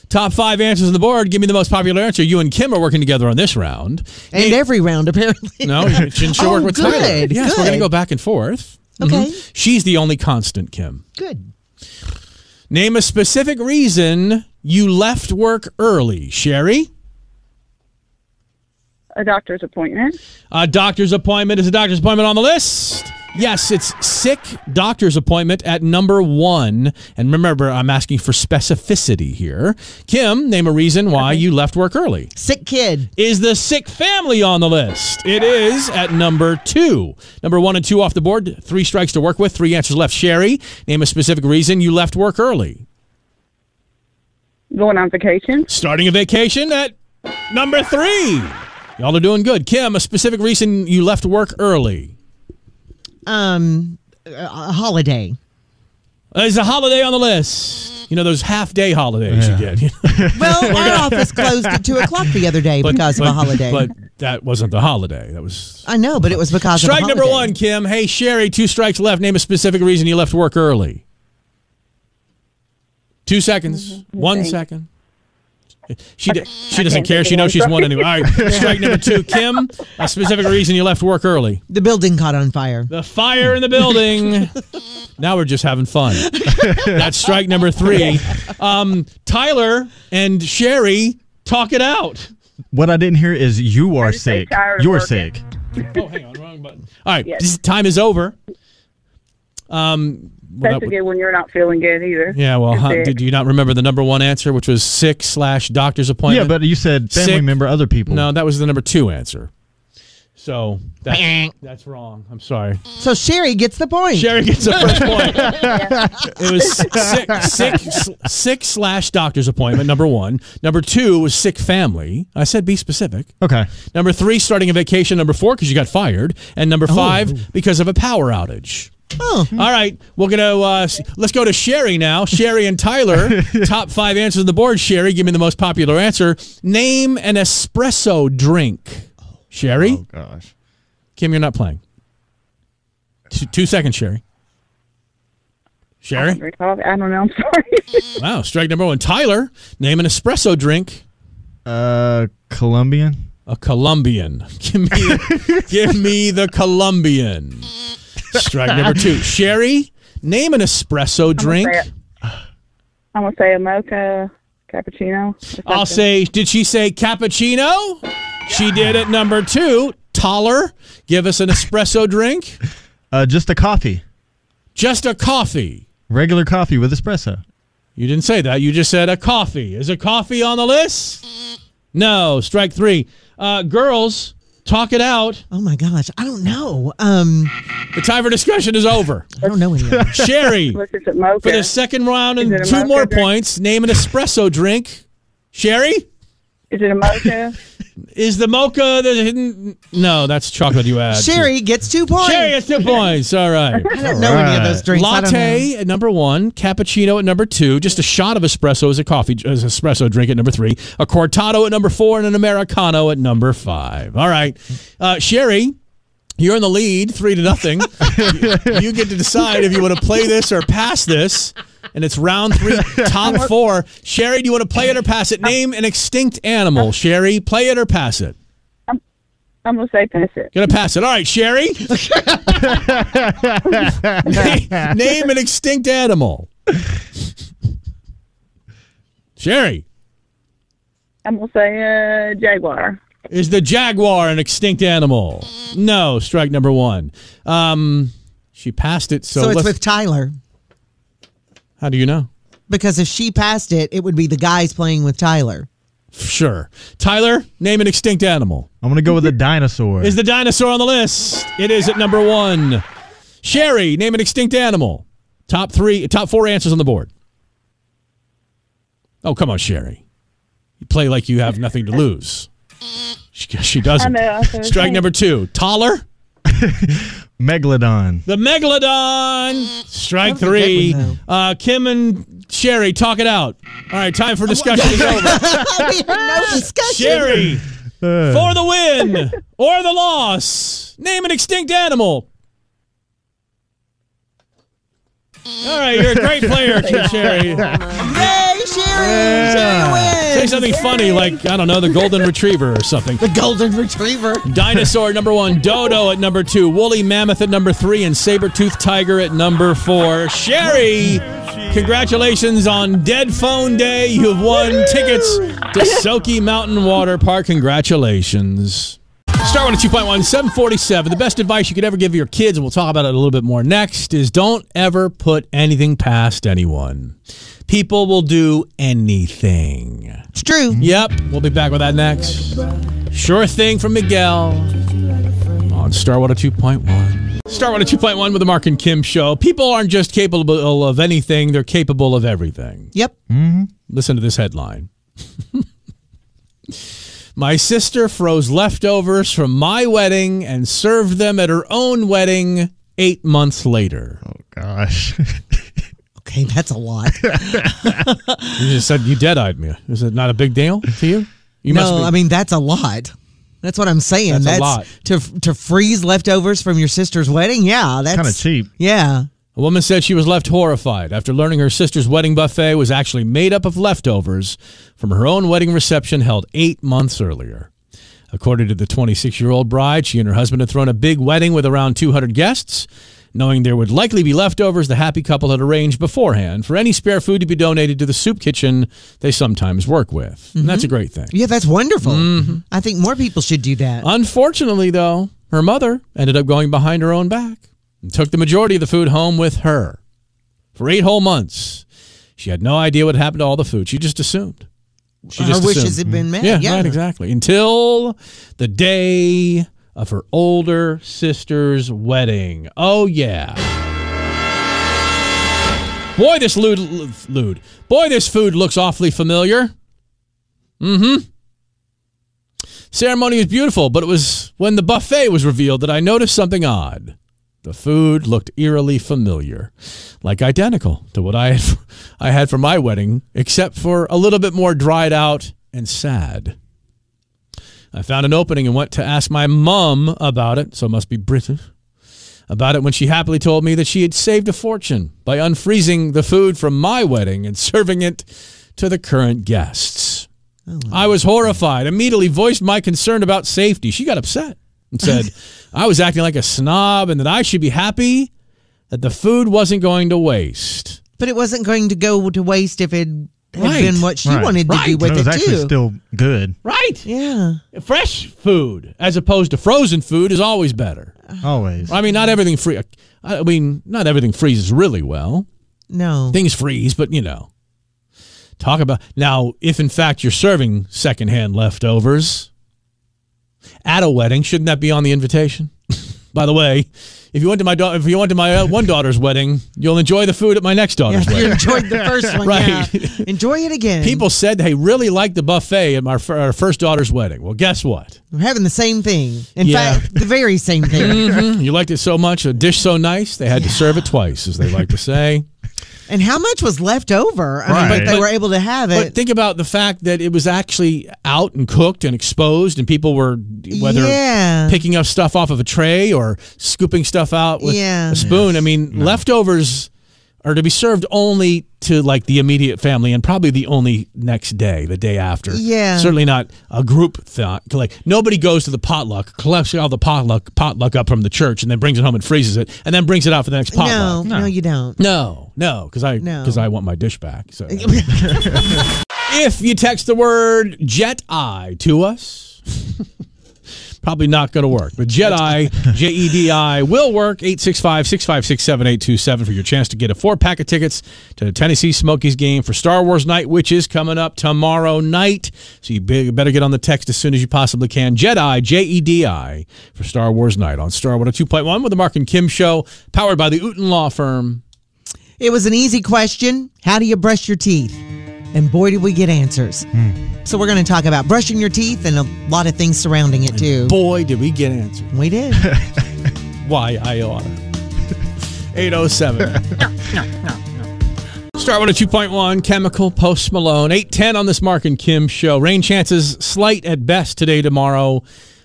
top five answers on the board. Give me the most popular answer. You and Kim are working together on this round. and every round, apparently. No, shouldn't she Oh, work with good, Tyler? Yes, we're good. going to go back and forth. Mm-hmm. Okay. She's the only constant, Kim. Good. Name a specific reason you left work early, Sherry. A doctor's appointment. A doctor's appointment is a doctor's appointment on the list. Yes, it's sick doctor's appointment at number one. And remember, I'm asking for specificity here. Kim, name a reason why you left work early. Sick kid. Is the sick family on the list? It is at number two. Number one and two off the board. Three strikes to work with. Three answers left. Sherry, name a specific reason you left work early. Going on vacation. Starting a vacation at number three. Y'all are doing good. Kim, a specific reason you left work early. Um, a holiday. There's a holiday on the list. You know those half day holidays you get. Well, our office closed at 2 o'clock the other day because of a holiday. But that wasn't the holiday. That was I know, but it was because strike of a number holiday. one, Kim. Hey Sherry, two strikes left. Name a specific reason you left work early. Two Mm-hmm. seconds. One second. She d- she doesn't can't care. think She of knows one. she's won anyway. All right, strike number two, Kim. A specific reason you left work early. The building caught on fire. The fire in the building. now we're just having fun. That's strike number three. Um, Tyler and Sherry, talk it out. What I didn't hear is you are just say sick. tired of You're working. sick. Oh, hang on, wrong button. All right, Yes. this time is over. Um, well, that That's would- good when you're not feeling good either. yeah, well, You're huh, sick. did you not remember the number one answer, which was sick slash doctor's Yeah, appointment? but you said family Sick. member, other people. no, that was the number two answer. So that, that's wrong. I'm sorry. So Sherry gets the point. Sherry gets the first point. It was sick, sick, sick slash doctor's appointment. Number one. Number two was sick family. I said be specific. Okay. Number three, starting a vacation. Number four, because you got fired. And Oh. number five, because of a power outage. Oh. Mm-hmm. All right, we're gonna uh, s- let's go to Sherry now. Sherry and Tyler, top five answers on the board. Sherry, give me the most popular answer. Name an espresso drink. Sherry, Oh. Gosh. Kim, you're not playing. Two, two seconds, Sherry. Sherry, Recall- I don't know. I'm sorry. wow, strike number one. Tyler, name an espresso drink. Uh, Colombian. A Colombian. Give me, give me the Colombian. Strike number two. Sherry, name an espresso drink. I'm gonna say a mocha, cappuccino. I'll say, did she say cappuccino? She did at number two. Toller, give us an espresso drink. Uh, just a coffee. Just a coffee. Regular coffee with espresso. You didn't say that. You just said a coffee. Is a coffee on the list? No. Strike three. Uh, girls, talk it out. Oh my gosh. I don't know. Um, The time for discussion is over. I don't know any of them. Sherry. Unless it's a mocha. for the second round Is and it a two mocha more drink? points. Name an espresso drink. Sherry, Is it a mocha? is the mocha the hidden? No, that's chocolate you add. Sherry gets two points. Sherry, it's two points. All right. I don't know any of those drinks. I don't know. Latte at number one, cappuccino at number two, just a shot of espresso as a coffee as espresso drink at number three, a cortado at number four, and an americano at number five. All right, uh, Sherry, you're in the lead, three to nothing. you, you get to decide if you want to play this or pass this, and it's round three, top four. Sherry, do you want to play it or pass Uh, it? Name an extinct animal. Sherry, play it or pass it. I'm gonna say pass it. Gonna pass it. All right, Sherry. Na- Name an extinct animal. Sherry, I'm gonna say uh, jaguar. is the jaguar an extinct animal? No, strike number one. Um, she passed it, so, So it's let's- with Tyler. how do you know? Because if she passed it, it would be the guys playing with Tyler. Sure. Tyler, name an extinct animal. I'm gonna go with a dinosaur. Is the dinosaur on the list? It is at number one. Sherry, name an extinct animal. Top three, top four answers on the board. Oh, come on, Sherry. You play like you have nothing to lose. She, she I doesn't. know. I was Strike number two. Taller? Megalodon. The Megalodon. Strike three. one, Uh, Kim and Sherry, talk it out. All right, time for discussion is over. we had no discussion. Sherry, Uh, for the win or the loss, name an extinct animal. All right, you're a great player, Kim Sherry. Yay, Sherry! Yeah. Sherry Say wins. something funny like, I don't know, the Golden Retriever or something. The golden retriever. Dinosaur at number one, Dodo at number two, Woolly Mammoth at number three, and Saber-toothed Tiger at number four. Sherry, congratulations on Dead Phone Day. You have won tickets to Soaky Mountain Water Park. Congratulations. Star one at 2.1, 747. The best advice you could ever give your kids, and we'll talk about it a little bit more next, is don't ever put anything past anyone. People will do anything. It's true. Yep, we'll be back with that next. Sure thing from Miguel on Starwater 2.1. Starwater 2.1 with the Mark and Kim show. People aren't just capable of anything, they're capable of everything. Yep. Listen to this headline. My sister froze leftovers from my wedding and served them at her own wedding eight months later. Gosh. Okay, that's a lot. You just said you dead eyed me. Is it not a big deal to you? You no, I mean that's a lot. That's what I'm saying. That's a That's, lot. to to freeze leftovers from your sister's wedding. Yeah, that's Kinda cheap. Yeah, A woman said she was left horrified after learning her sister's wedding buffet was actually made up of leftovers from her own wedding reception held eight months earlier. According to the 26 year old bride, she and her husband had thrown a big wedding with around 200 guests. Knowing there would likely be leftovers, the happy couple had arranged beforehand for any spare food to be donated to the soup kitchen they sometimes work with. And that's a great thing. yeah, that's wonderful. Mm-hmm. I think more people should do that. Uh, Unfortunately, though, her mother ended up going behind her own back and took the majority of the food home with her for eight whole months. She had no idea what happened to all the food. She just assumed. She her wishes assumed. had been met. Yeah, Yeah, right, exactly. Until the day of her older sister's wedding. Oh, yeah. Boy, this lewd, lewd. Boy, this food looks awfully familiar. Mm-hmm. Ceremony was beautiful, but it was when the buffet was revealed that I noticed something odd. The food looked eerily familiar, like identical to what I had, I had for my wedding, except for a little bit more dried out and sad. I found an opening and went to ask my mum about it, so it must be British, about it when she happily told me that she had saved a fortune by unfreezing the food from my wedding and serving it to the current guests. I was horrified, immediately voiced my concern about safety. She got upset and said, I was acting like a snob and that I should be happy that the food wasn't going to waste. But it wasn't going to go to waste if it had Right. been what she Right. wanted to do Right. with it was it actually too. still good. Right? yeah, Fresh food as opposed to frozen food is always better. Always. I mean, not everything free. I mean, not everything freezes really well. no, Things freeze, but you know. Talk about now. If in fact you're serving secondhand leftovers at a wedding, shouldn't that be on the invitation? By the way, if you went to my da- if you went to my uh, one daughter's wedding, you'll enjoy the food at my next yeah, daughter's if wedding. you enjoyed the first one. Right. yeah. enjoy it again. People said they really liked the buffet at my fir- our first daughter's wedding. Well, guess what? We're having the same thing. In Yeah. fact, the very same thing. Mhm. You liked it so much, a dish so nice, they had to serve it twice, as they like to say. and how much was left over? I mean, Right. but they But- were able to have But it. think about the fact that it was actually out and cooked and exposed, and people were whether yeah, picking up stuff off of a tray or scooping stuff out with Yeah. a spoon. I mean, leftovers are to be served only to like the immediate family and probably the only next day, the day after. Yeah. certainly not a group thought. Like nobody goes to the potluck, collects all the potluck potluck up from the church, and then brings it home and freezes it, and then brings it out for the next no, potluck. no, you don't. No, no, because I No. because I want my dish back. So if you text the word jet eye to us, probably not going to work. But Jedi, J E D I, will work. 865 656 7827 for your chance to get a four pack of tickets to the Tennessee Smokies game for Star Wars night, which is coming up tomorrow night. So you be- better get on the text as soon as you possibly can. Jedi, J E D I, for Star Wars night on Star 102.1 with the Mark and Kim show, powered by the Uten Law Firm. It was an easy question. How do you brush your teeth? And boy, did we get answers. So we're going to talk about brushing your teeth and a lot of things surrounding it too. Boy, did we get answers. we did. Why Iona? 807. Start with a 2.1 chemical post Malone. 810 on this Mark and Kim show. Rain chances slight at best today, tomorrow.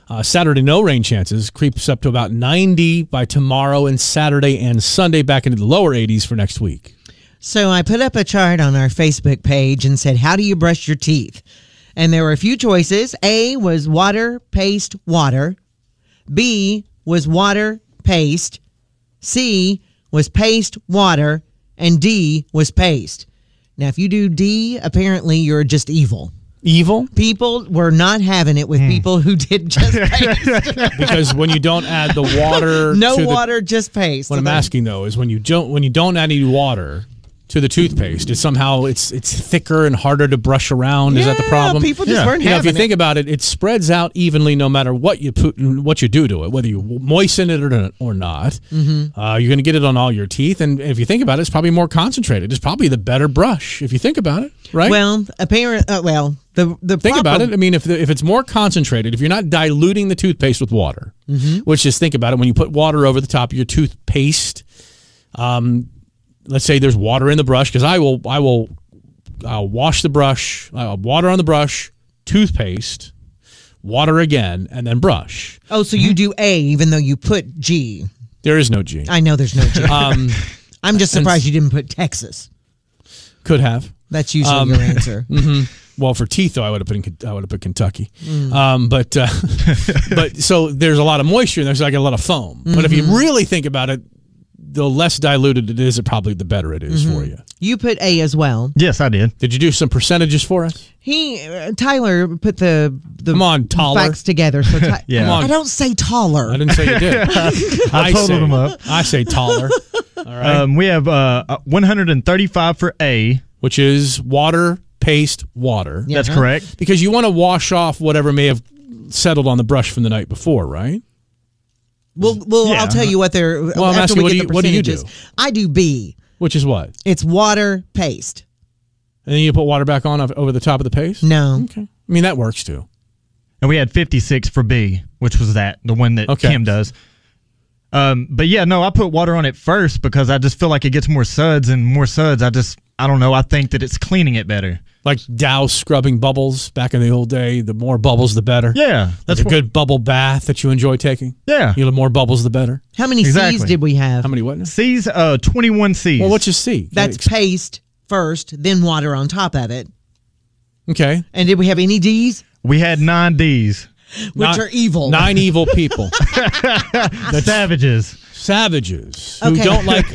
Uh, Saturday, no rain chances. Creeps up to about 90 by tomorrow and Saturday and Sunday back into the lower 80s for next week. So I put up a chart on our Facebook page and said, How do you brush your teeth? And there were a few choices. A was water, paste, water. B was water, paste. C was paste, water. And D was paste. Now, if you do D, apparently you're just evil. Evil? People were not having it with Hmm. people who did just paste. Because when you don't add the water. no to the- water, just paste. what So I'm that- asking though is when you don't when you don't add any water to the toothpaste, it's somehow it's it's thicker and harder to brush around. Is that the Yeah, problem? people just Yeah. weren't You know, if you having it. think about it, it spreads out evenly no matter what you put what you do to it, whether you moisten it or, or not. Mm-hmm. Uh, you're going to get it on all your teeth, and if you think about it, it's probably more concentrated. It's probably the better brush if you think about it, right? Well, apparent. Uh, well, the the Think about problem- it. I mean, if the, if it's more concentrated, if you're not diluting the toothpaste with water, Mm-hmm. which is think about it when you put water over the top of your toothpaste. Um, let's say there's water in the brush because I will I will uh, wash the brush, uh, water on the brush, toothpaste, water again, and then brush. Oh, so you do A even though you put G. There is no G. I know there's no G. Um, I'm just surprised you didn't put Texas. could have. That's usually Um, your answer. hmm. Well, for teeth though, I would have put in, Ken- I would have put Kentucky, um, but uh, but so there's a lot of moisture and there's like a lot of foam. But if you really think about it, the less diluted it is, it probably the better it is for you. You put A as well. Yes, I did. Did you do some percentages for us? He uh, Tyler put the the Come on, taller. facts together. So Ty- Yeah. Come on. I don't say taller. I didn't say you did. I, totaled say- them up. I say taller, all right, Um, we have uh, uh, 135 for A. which is water, paste, water, That's Uh-huh. correct. because you want to wash off whatever may have settled on the brush from the night before, right? Well, well, Yeah. I'll tell you what they're. uh-huh. I'm after asking, we what get do the you- what do you do? percentages. I do B. Which is what, It's water paste. and then you put water back on of- over the top of the paste. No, Okay, I mean that works too. And we had 56 for B, which was that, the one that Okay. Kim does. Um, but yeah, no, I put water on it first because I just feel like it gets more suds and more suds. I just, I don't know. I think that it's cleaning it better. like Dow scrubbing bubbles back in the old day. The more bubbles, the better. Yeah, that's that's a good bubble bath that you enjoy taking. Yeah. you know, the more bubbles, the better. how many C's Exactly. did we have? How many what? now? C's, uh, 21 C's. Well, what's your C? That's paste first, then water on top of it. okay. And did we have any D's? we had nine D's. Which are evil. Nine evil people, The savages. savages who Okay. don't like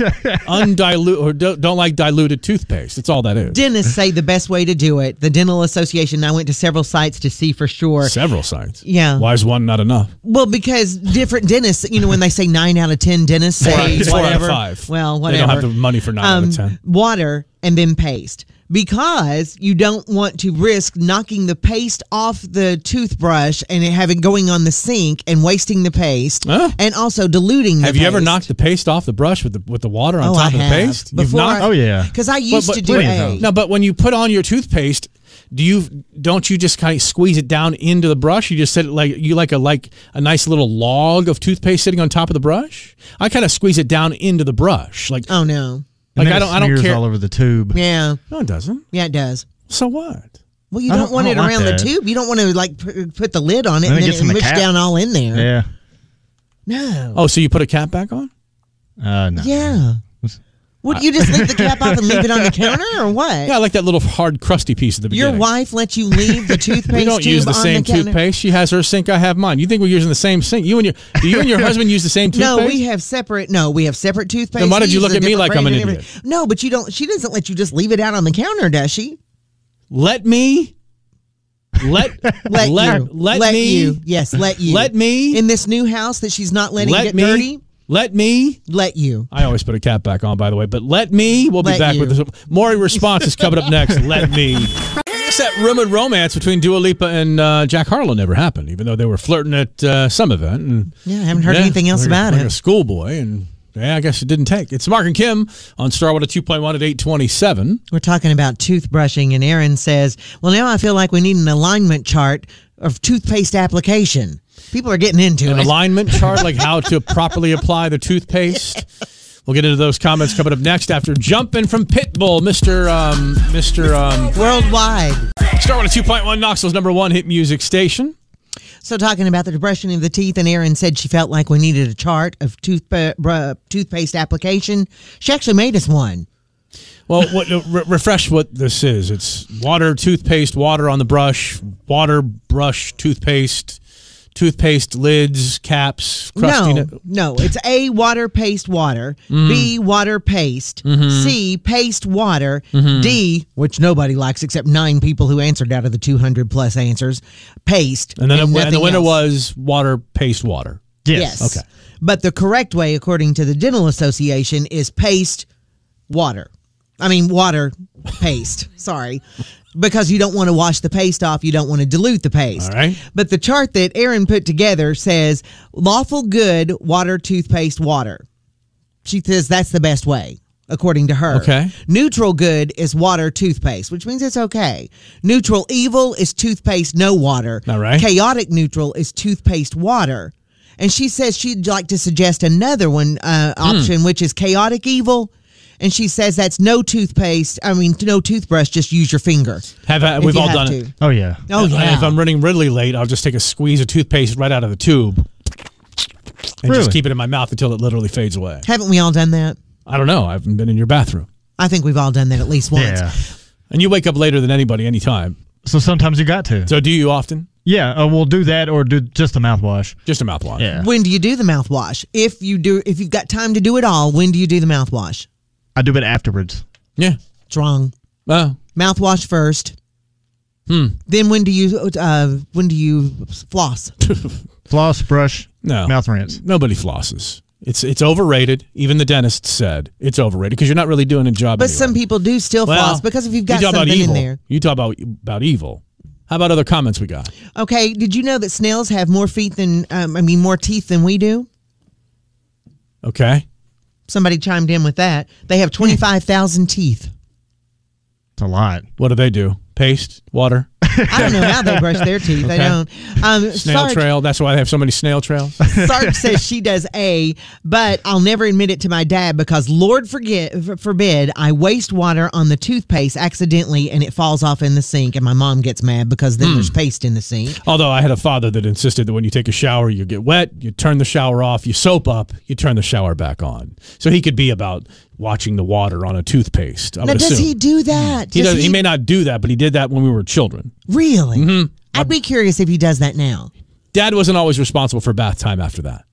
undiluted or don't, don't like diluted toothpaste. That's all that is. dentists say the best way to do it. The dental association. I went to several sites to see for sure. Several sites. Yeah. Why is one not enough? Well, because different dentists, you know, when they say nine out of ten dentists say Four out- it's four out of whatever. five. Well, They whatever. Um, don't have the money for nine out of 10. Water and then paste because you don't want to risk knocking the paste off the toothbrush and it having going on the sink and wasting the paste Huh? and also diluting. The Have you ever paste. knocked the paste off the brush with the with the water on Oh, top I of the have. paste? Before knocked. I- Oh, yeah. Because I used to do plenty of A. times. No, but when you put on your toothpaste, do you don't you just kind of squeeze it down into the brush? You just set it like you like a like a nice little log of toothpaste sitting on top of the brush. I kind of squeeze it down into the brush, like Oh no. And like then I it don't I don't smears care. all over the tube. Yeah. no, it doesn't. Yeah, it does. So what? Well, you I don't, don't- want I it don't like around that. the tube. You don't want to like p- put the lid on it Then it and then gets it in the mush cap. down all in there. Yeah. No. Oh, so you put a cap back on? Uh, no. Yeah. Would you just leave the cap off and leave it on the counter or what? Yeah, I like that little hard crusty piece at the Your beginning. wife lets you leave the toothpaste we don't tube use the on same the counter? toothpaste. She has her sink. I have mine. You think we're using the same sink? You and your do you and your husband use the same toothpaste? No, we have separate. No, we have separate toothpaste. Then why did He you look uses a at me different like I'm brand an and idiot? everything. No, but you don't. She doesn't let you just leave it out on the counter, does she? let me. Let Let let, you. let me you. Yes, let you. Let me- in this new house that she's not letting let get me dirty. let me Let you. I always put a cap back on, by the way. But let me. We'll be Let back you. with this. Maury response is coming up next. Let me. It's that rumored romance between Dua Lipa and uh, Jack Harlow never happened, even though they were flirting at uh, some event. And Yeah, I haven't heard Yeah, anything else like a- about like it. A schoolboy, and yeah, I guess it didn't take. It's Mark and Kim on Starwater 2.1 at 827. We're talking about toothbrushing, and Aaron says, "Well, now I feel like we need an alignment chart of toothpaste application." People are getting into an it. alignment chart, like how to properly apply the toothpaste. We'll get into those comments coming up next after jumping from Pitbull, Mr. Um, Mr. Um, Worldwide. start with a 2.1 Knoxville's number one hit music station. So talking about the depression of the teeth, and Erin said she felt like we needed a chart of tooth bruh, toothpaste application. She actually made us one. Well, what, re- refresh what this is. It's water, toothpaste, water on the brush, water, brush, toothpaste, toothpaste lids, caps, crusty. no, no, it's A water paste water, B Mm-hmm. water paste, C paste water, Mm-hmm. D which nobody likes except nine people who answered out of the two hundred plus answers. Paste, And then and the nothing winner else. was water, paste, water. Yes. Okay. But the correct way, according to the Dental Association, is paste water. I mean, water paste. Sorry. Because you don't want to wash the paste off, you don't want to dilute the paste. All right. But the chart that Aaron put together says lawful good water, toothpaste, water. She says that's the best way, according to her. Okay. Neutral good is water, toothpaste, which means it's okay. Neutral evil is toothpaste, no water. All right. Chaotic neutral is toothpaste, water. And she says she'd like to suggest another one uh, Hmm. option, which is chaotic evil. And she says that's no toothpaste. I mean, no toothbrush. Just use your finger. Have I, if we've you all have done to. it. Oh yeah. Oh And yeah. If I'm running really late, I'll just take a squeeze of toothpaste right out of the tube and Really? just keep it in my mouth until it literally fades away. Haven't we all done that? I don't know. I haven't been in your bathroom. I think we've all done that at least once. Yeah. And you wake up later than anybody anytime. So sometimes you got to. So do you often? Yeah, uh, we'll do that or do just a mouthwash. Just a mouthwash. Yeah. When do you do the mouthwash? If you do, if you've got time to do it all, when do you do the mouthwash? I do it afterwards. Yeah. It's wrong. Oh. Mouthwash first. Hmm. Then when do you uh, when do you floss? Floss, brush, No. mouth rinse. Nobody flosses. It's it's overrated. Even the dentist said it's overrated because you're not really doing a job. But anyway. some people do still Well, floss because if you've got you talk about something in evil. there. you talk about about evil. How about other comments we got? Okay. Did you know that snails have more feet than um, I mean more teeth than we do? Okay. Somebody chimed in with that. They Hmm. have twenty five thousand teeth. It's a lot. What do they do? Paste, water, I don't know how they brush their teeth. They Okay. don't. Um, snail Sarge, trail. That's why they have so many snail trails. Sarge says she does A, but I'll never admit it to my dad because Lord forget, forbid I waste water on the toothpaste accidentally and it falls off in the sink and my mom gets mad because then there's paste in the sink. Although Hmm. I had a father that insisted that when you take a shower, you get wet, you turn the shower off, you soap up, you turn the shower back on. So he could be about watching the water on a toothpaste. I Now, would does assume. Hmm. he do that? He, Does does, he may Mm-hmm. not do that, but he did that when we were children. Really? I'd be curious if he does that now. Dad wasn't always responsible for bath time after that.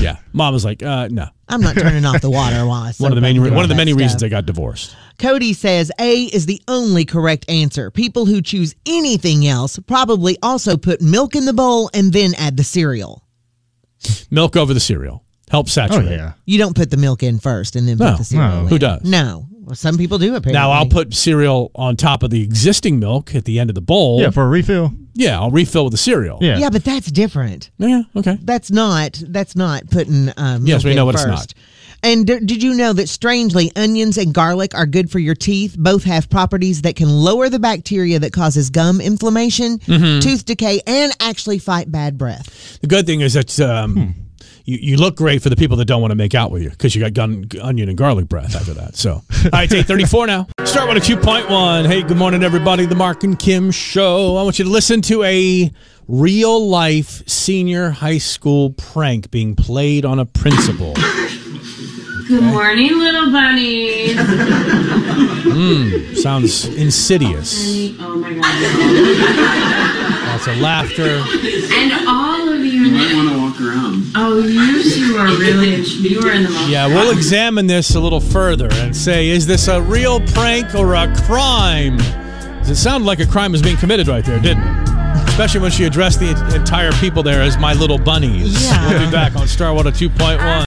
yeah, mom was like, uh, no. I'm not turning off the water while I One of the soak many up and do one of the all that many stuff. reasons I got divorced. Cody says A is the only correct answer. People who choose anything else probably also put milk in the bowl and then add the cereal. Milk over the cereal helps Oh saturate. yeah. You don't put the milk in first and then No, put the cereal. no. in. Who does? No. Well, some people do apparently. Now I'll put cereal on top of the existing milk at the end of the bowl. Yeah, for a refill. yeah I'll refill with the cereal. Yeah. Yeah, but that's different. yeah, okay. That's not. That's not putting. Um, Yes, milk we know in what it's first. not. And d- did you know that strangely, onions and garlic are good for your teeth? Both have properties that can lower the bacteria that causes gum inflammation, Mm-hmm. tooth decay, and actually fight bad breath. The good thing is that um, you, you look great for the people that don't want to make out with you because you got gun, onion and garlic breath after that. So, all right, it's 834 now. Start with a 2.1. Hey, good morning, everybody. The Mark and Kim Show. I want you to listen to a real life senior high school prank being played on a principal. Good morning, little bunnies. Hmm, Sounds insidious. Oh my god. Lots of laughter. And all of you. You might want to walk around. Oh, you two are really. You are in the most. Yeah, we'll examine this a little further and say, is this a real prank or a crime? 'Cause It sounded like a crime was being committed right there, didn't it? Especially when she addressed the en- entire people there as my little bunnies. Yeah. We'll be back on Starwater 2.1.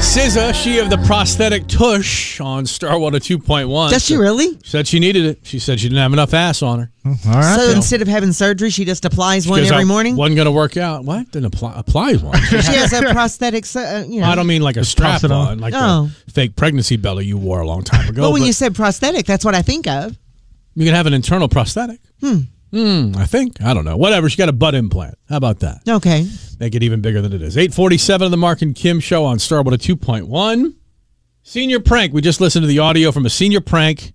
SZA, she of the prosthetic tush on Starwater 2.1. Does she really? Said she needed it. She said she didn't have enough ass on her. All right. So instead of having surgery, she just applies one Goes every out, morning. Wasn't going to work out. What? Didn't apply, apply one. She has a prosthetic. su- Uh, you know. I don't mean like a strap toss it on. on, like Oh. the fake pregnancy belly you wore a long time ago. But when but- you said prosthetic, that's what I think of. You can have an internal prosthetic. Hmm. I think. I don't know. Whatever. She got a butt implant. How about that? Okay. Make it even bigger than it is. 847 of the Mark and Kim show on Starwood at 2.1. Senior prank. We just listened to the audio from a senior prank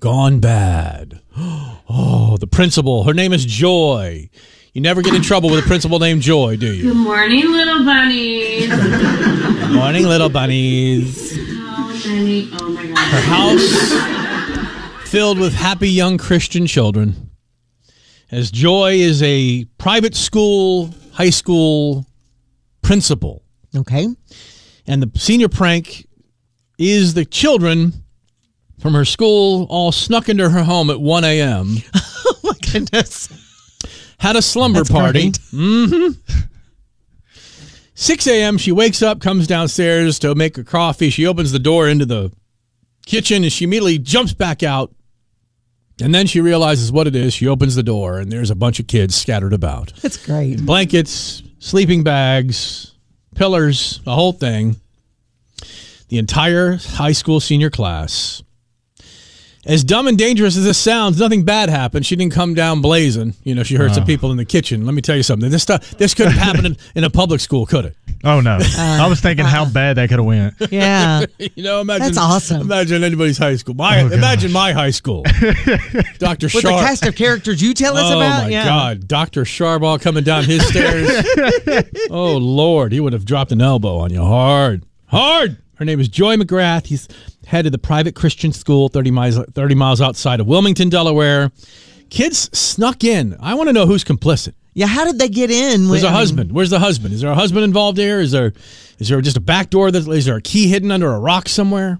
gone bad. Oh, the principal. Her name is Joy. You never get in trouble with a principal named Joy, do you? Good morning, little bunnies. Morning, little bunnies. How many? Oh my Her god. house filled with happy young Christian children. As Joy is a private school, high school principal. Okay. Oh, And the senior prank is the children from her school all snuck into her home at 1 a.m., My goodness. had a slumber That's party. great. hmm 6 a.m., she wakes up, comes downstairs to make a coffee. She opens the door into the kitchen and she immediately jumps back out. And then she realizes what it is. She opens the door and there's a bunch of kids scattered about That's great. blankets, sleeping bags, pillars, the whole thing. The entire high school senior class. As dumb and dangerous as this sounds, nothing bad happened. She didn't come down blazing. You know, she hurt some people in the kitchen. Let me tell you something. This stuff, this couldn't happen in, in a public school, could it? Oh no, I was thinking how bad that could have went. Yeah. You know, imagine That's awesome. Imagine anybody's high school. My, Oh, gosh. imagine my high school. Doctor With the Sharp. cast of characters you tell us oh about. my yeah. God, Doctor Sharbaugh coming down his stairs. oh Lord, he would have dropped an elbow on you hard, hard. Her name is Joy McGrath. He's head of the private Christian school, thirty miles thirty miles outside of Wilmington, Delaware. Kids snuck in. I want to know who's complicit. Yeah. How did they get in? Where's with the husband? Where's the husband? Is there a husband involved here? Is there is there just a back door? That, is there a key hidden under a rock somewhere?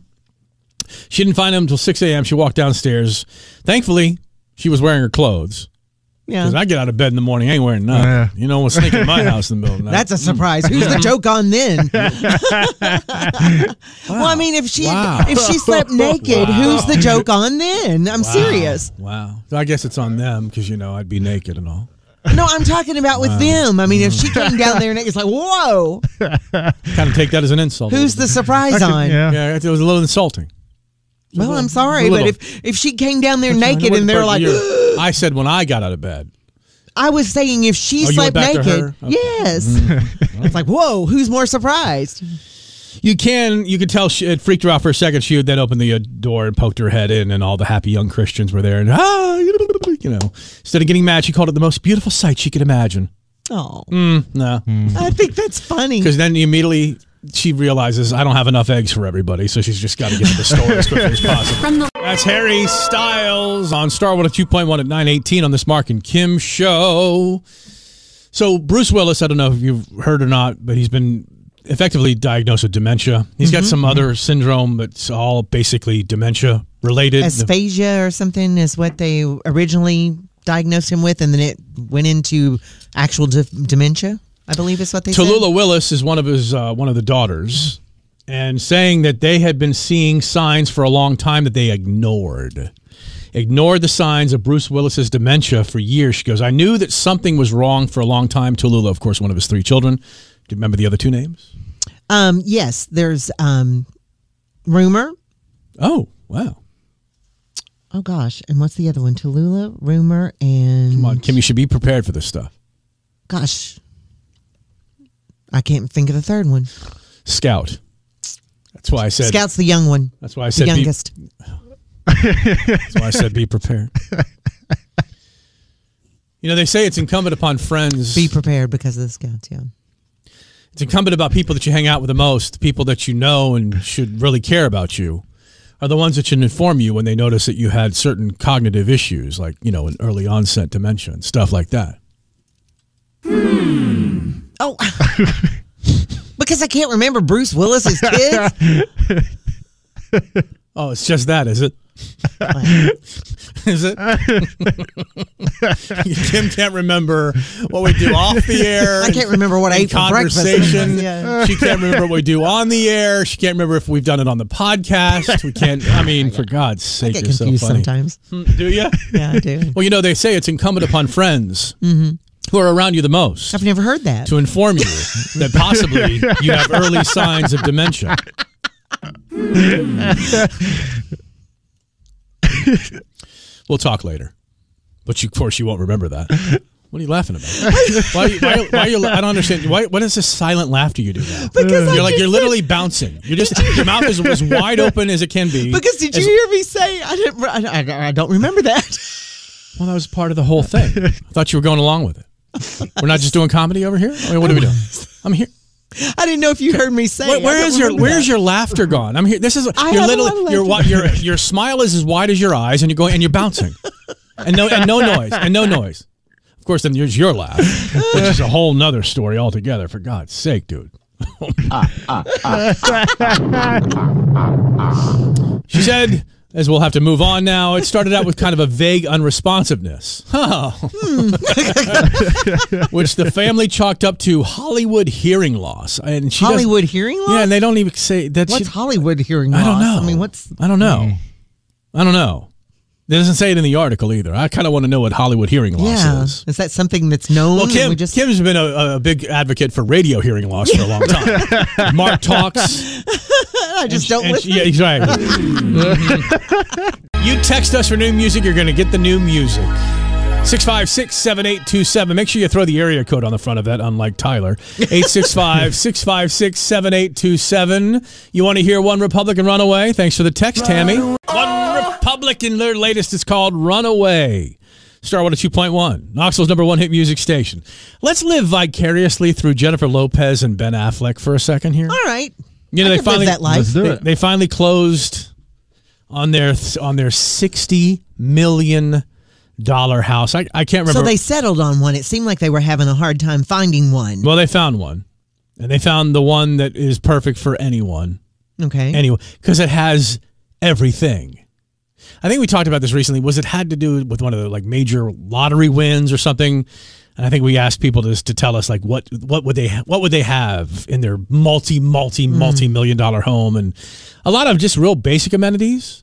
She didn't find him until six a.m. She walked downstairs. Thankfully, she was wearing her clothes. Yeah. Because I get out of bed in the morning, I ain't wearing nothing. Yeah. You know what's sneaking in my house in the middle of the night. That's a surprise. Who's the joke on then? Well, I mean, if she Wow. if she slept naked, who's the joke on then? I'm serious. Wow. So I guess it's on them because, you know, I'd be naked and all. No, I'm talking about with them. I mean, if she came Mm. down there and it's like, whoa, Kind of take that as an insult. a who's little the surprise on? yeah. bit. Yeah, it was a little insulting. Well, I'm sorry, a but little. if if she came down there I know naked what and the they're first- like, you're- I said when I got out of bed. I was saying if she Oh, you went slept back to naked, her? Okay. Mm-hmm. yes. it's like, whoa, who's more surprised? You can, you could tell she, it freaked her out for a second. She would then open the uh, door and poked her head in, and all the happy young Christians were there. And, ah, you know, instead of getting mad, she called it the most beautiful sight she could imagine. Oh, Mm. No. I think that's funny. Because then immediately she realizes I don't have enough eggs for everybody, so she's just got to get to the store as quickly as possible. That's Harry Styles on oh Starwood at 2.1 at 918 on this Mark and Kim show. So Bruce Willis, I don't know if you've heard or not, but he's been effectively diagnosed with dementia. He's got some other syndrome that's all basically dementia related. Asphasia or something is what they originally diagnosed him with, and then it went into actual de- dementia. I believe is what they said. Tallulah Willis is one of his uh, one of the daughters, and saying that they had been seeing signs for a long time that they ignored, ignored the signs of Bruce Willis's dementia for years. She goes, "I knew that something was wrong for a long time." Tallulah, of course, one of his three children. Do you remember the other two names? Um, yes, there's um, rumor. Oh, wow. Oh gosh, and what's the other one? Tallulah, rumor, and Come on, Kim, you should be prepared for this stuff. gosh, I can't think of the third one. Scout. That's why I said. Scout's the young one, That's why I the said. Be, youngest. That's why I said be prepared. You know, they say it's incumbent upon friends. Be prepared because of the scouts. Yeah. it's incumbent about people that you hang out with the most, people that you know and should really care about you, are the ones that should inform you when they notice that you had certain cognitive issues, like, you know, an early onset dementia and stuff like that. Oh, because I can't remember Bruce Willis's kids. Oh, it's just that, is it? is it? Kim can't remember what we do off the air. I can't remember what I in ate for breakfast. conversation. Uh, Yeah. She can't remember what we do on the air. She can't remember if we've done it on the podcast. We can't. I mean, for God's sake, Get you're so funny. Hmm, confused sometimes. Do you? Yeah, I do. Well, you know, they say it's incumbent upon friends who are around you the most I've never heard that. to inform you that possibly you have early signs of dementia. we'll talk later. But you, of course, you won't remember that. What are you laughing about? why, are you, why, are- why are you? I don't understand. Why? What is this silent laughter you do now? Because I you're like just you're said- literally bouncing. You're just your mouth is as wide open as it can be. Because did you As- hear me say I didn't? I, I, I don't remember that. Well, that was part of the whole thing. I thought you were going along with it. We're not just doing comedy over here. I mean, what are we doing? I'm here. I didn't know if you heard me say. Where- it. I where don't is your remember Where's that. your laughter gone? I'm here. This is I you're have a little. lot of your wa- laughter. your your smile is as wide as your eyes, and you're going and you're bouncing, and no and no noise and no noise. Of course, then there's your laugh, which is a whole nother story altogether. For God's sake, dude. She said, as we'll have to move on now, it started out with kind of a vague unresponsiveness, which the family chalked up to Hollywood hearing loss. And she doesn't- Hollywood hearing loss? Yeah, and they don't even say that. What's she, Hollywood hearing loss? I don't know. I mean, what's I don't know. I don't know. It doesn't say it in the article either. I kind of want to know what Hollywood hearing loss yeah? is. Is that something that's known? Well, and Kim, we just- Kim's been a, a big advocate for radio hearing loss for a long time. Mark talks. I just don't And listen. she- yeah, exactly. you text us for new music, you're going to get the new music. 656 7827. Make sure you throw the area code on the front of that, unlike Tyler. 865 656 7827. You want to hear One Republican Runaway? Thanks for the text, Tammy. One Republican, their latest is called Runaway. Starwater 2.1, Knoxville's number one hit music station. Let's live vicariously through Jennifer Lopez and Ben Affleck for a second here. All right. You know, they I could live finally that life. Let's do they, it. they finally closed on their on their sixty million dollar house. I, I can't So remember. they settled on one. It seemed like they were having a hard time finding one. well, they found one, and they found the one that is perfect for anyone, Okay. anyway, because it has everything. I think we talked about this recently. Was it had to do with one of the like major lottery wins or something? And I think we asked people just to tell us like what what would they what would they have in their multi Mm. multi multi million dollar home and a lot of just real basic amenities.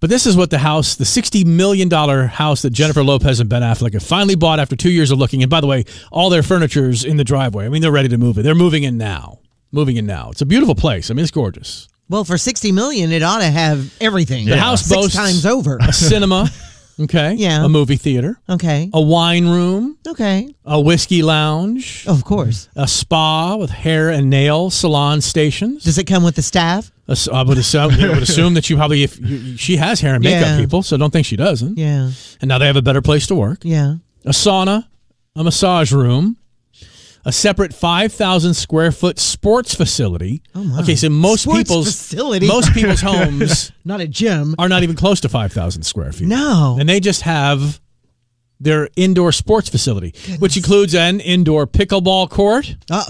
But this is what the house, the $60 million house that Jennifer Lopez and Ben Affleck have finally bought after two years of looking. And by the way, all their furniture's in the driveway. I mean, they're ready to move it. They're moving in now. Moving in now. It's a beautiful place. I mean, it's gorgeous. well, for sixty million, it ought to have everything. The house six boasts times over. a cinema, okay? Yeah. A movie theater, Okay. a wine room, Okay. a whiskey lounge, Of course. a spa with hair and nail salon stations. Does it come with the staff? A s- I would assume, I would assume that you probably, if you, she has hair and makeup Yeah. people, so don't think she doesn't. Yeah. And now they have a better place to work. Yeah. a sauna, a massage room, a separate 5,000 square foot sports facility. Oh my. Okay, so most Sports people's facility? most people's homes Not a gym. are not even close to 5,000 square feet. No. And they just have their indoor sports facility, which includes an indoor pickleball court. Oh,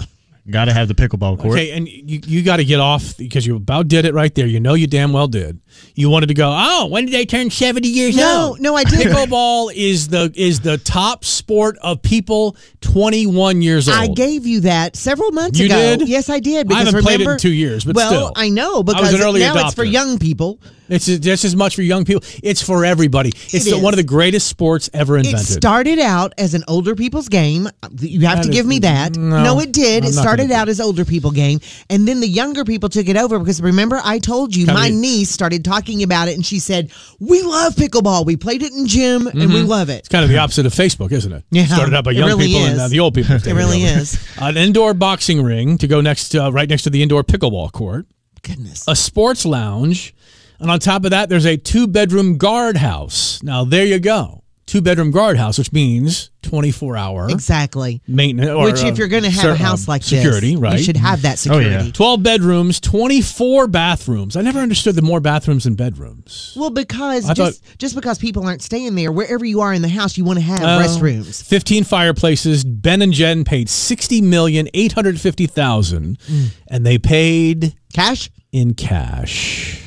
Got to have the pickleball court. Okay, and you, you got to get off because you about did it right there. You know you damn well did. You wanted to go, "Oh, when did they turn 70 years No, old?" no, I didn't. Pickleball is the is the top sport of people 21 years old. I gave you that several months You ago. did? Yes, I did. I Because haven't played it in remember- two years, but well, still. I know was because an early now it's for adopter. young people. It's just as much for young people. It's for everybody. It's It the, is. one of the greatest sports ever It invented. started out as an older people's game. You have That to is- give me that. no, No, it did. I'm it not started gonna- out as older people game, and then the younger people took it over because remember I told you Kinda my neat. niece started talking about it, and she said we love pickleball. We played it in gym, and we love it. It's kind of the opposite of Facebook, isn't it? Yeah. started out by It young really people and is. now the old people. It really is. An indoor boxing ring to go next, uh, right next to the indoor pickleball court. Goodness. a sports lounge, and on top of that, there's a two bedroom guardhouse. Now there you go, two bedroom guardhouse, which means 24 hour Exactly. maintenance. Or, uh, Which, if you're going to have a house like um, security, this, right? Oh, you should have that security. yeah. 12 bedrooms, 24 bathrooms. I never understood the more bathrooms than bedrooms. Well, because I just just because people aren't staying there, wherever you are in the house, you want to have Oh. restrooms. 15 Um, fireplaces. Ben and Jen paid 60 million 850,000 Mm. and they paid Cash? in cash.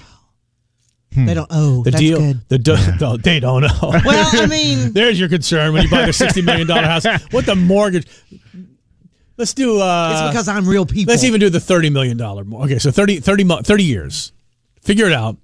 They don't. Oh, Hmm. The that's deal Uh, good. the do- no, they don't know. Well, I mean, There's your concern when you buy the sixty million dollar house. What the mortgage? Let's do. it's Uh, because I'm real people. let's even do the thirty million dollar. Okay, so 30, 30, mo- 30 years. Figure it out.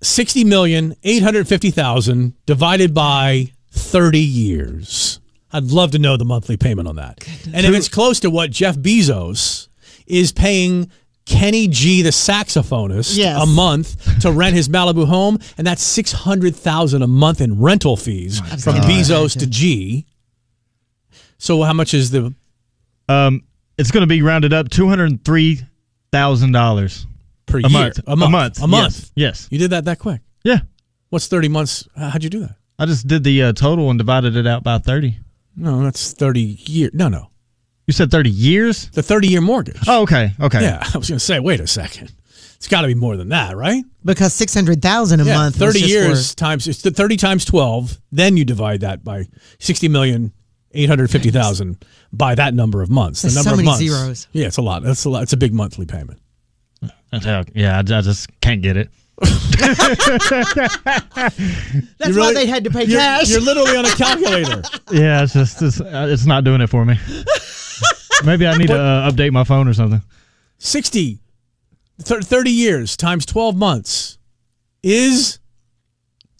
Sixty million eight hundred fifty thousand divided by thirty years. I'd love to know the monthly payment on that. And if it's close to what Jeff Bezos is paying Kenny G, the saxophonist, Yes. a month to rent his Malibu home, and that's six hundred thousand a month in rental fees from God. Bezos to G. So how much is the Um, it's going to be rounded up two hundred three thousand dollars per a year? month. A month. A month. A month. Yes. yes. You did that that quick. Yeah. What's thirty months? Uh, How'd you do that? I just did the uh, total and divided it out by thirty. No, that's thirty year. No, no, You said thirty years. the thirty year mortgage. Oh, okay. Okay. yeah. I was gonna say, wait a second. It's got to be more than that, right? because six hundred thousand a yeah, month. was thirty just years for- times it's the thirty times twelve. Then you divide that by sixty million eight hundred fifty thousand by that number of months. There's the so number of many months. zeros. Yeah, it's a lot. That's a lot. It's a big monthly payment. That's how- Yeah. I, I just can't get it. That's You why really- they had to pay You're, cash. you're literally on a calculator. Yeah. It's just it's, uh, it's not doing it for me. Maybe I need to uh, update my phone or something. 60, thir- 30 years times twelve months is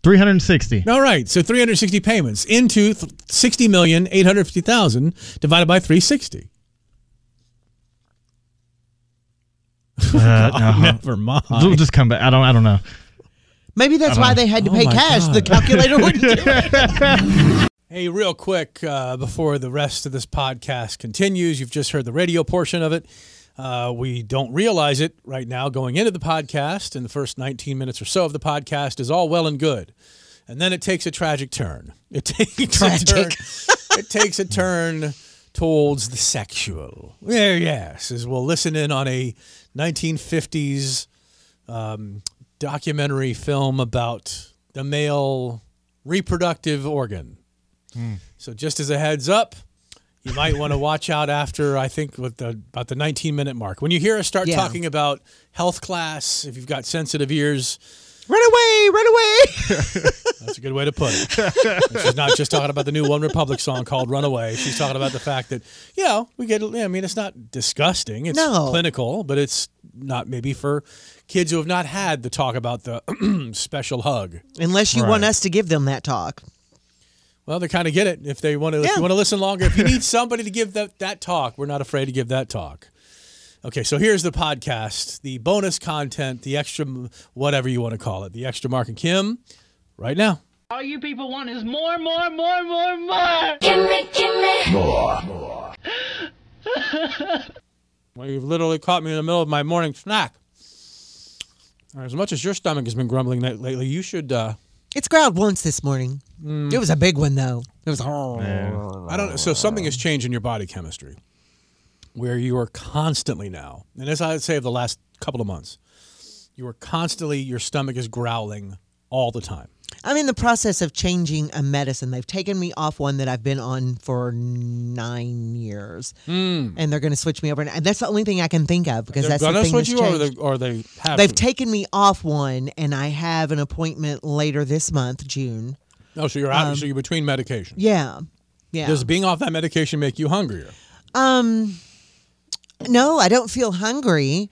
Three hundred sixty. all right. So three hundred sixty payments into th- sixty million eight hundred fifty thousand divided by three sixty. Oh, Uh, no. Never mind. We'll just come back. I don't. I don't know. Maybe that's why they had to Oh pay my cash. The God. calculator wouldn't do it. Hey, real quick, uh, before the rest of this podcast continues, you've just heard the radio portion of it. Uh, we don't realize it right now going into the podcast, and the first 19 minutes or so of the podcast is all well and good. And then it takes a tragic turn. It takes a turn. Tragic. it takes a turn towards the sexual. Yeah, yes, as we'll listen in on a 1950s documentary film about the male reproductive organ. Hmm. So just as a heads up, you might want to watch out after I think with the about the 19 minute mark. When you hear us start Yeah. talking about health class, if you've got sensitive ears, Run away, run away. that's a good way to put it. And she's not just talking about the new One Republic song called "Runaway." She's talking about the fact that you know we get. I mean, it's not disgusting. It's No. clinical, but it's not maybe for kids who have not had the talk about the special hug. Unless you want us to give them that talk. Well, they kind of get it if they want to. If Yeah. you want to listen longer, if you need somebody to give that, that talk, we're not afraid to give that talk. Okay, so here's the podcast, the bonus content, the extra m- whatever you want to call it, the extra Mark and Kim, right now. All you people want is more, more, more, more, more. Well, you've literally caught me in the middle of my morning snack. As much as your stomach has been grumbling that- lately, you should. Uh, It's growled once this morning. Mm. It was a big one though. It was I don't. So something has changed in your body chemistry, where you are constantly now, and as I would say of the last couple of months, you are constantly your stomach is growling all the time. I'm in the process of changing a medicine. They've taken me off one that I've been on for nine years, and they're going to switch me over. And that's the only thing I can think of because that's the Mm. gonna thing switch that's you, or changed. they, or they have. They've taken me off one, and I have an appointment later this month, June. Oh, so you're out. so you're between medication. Um, Yeah, yeah. Does being off that medication make you hungrier? No, I don't feel hungry,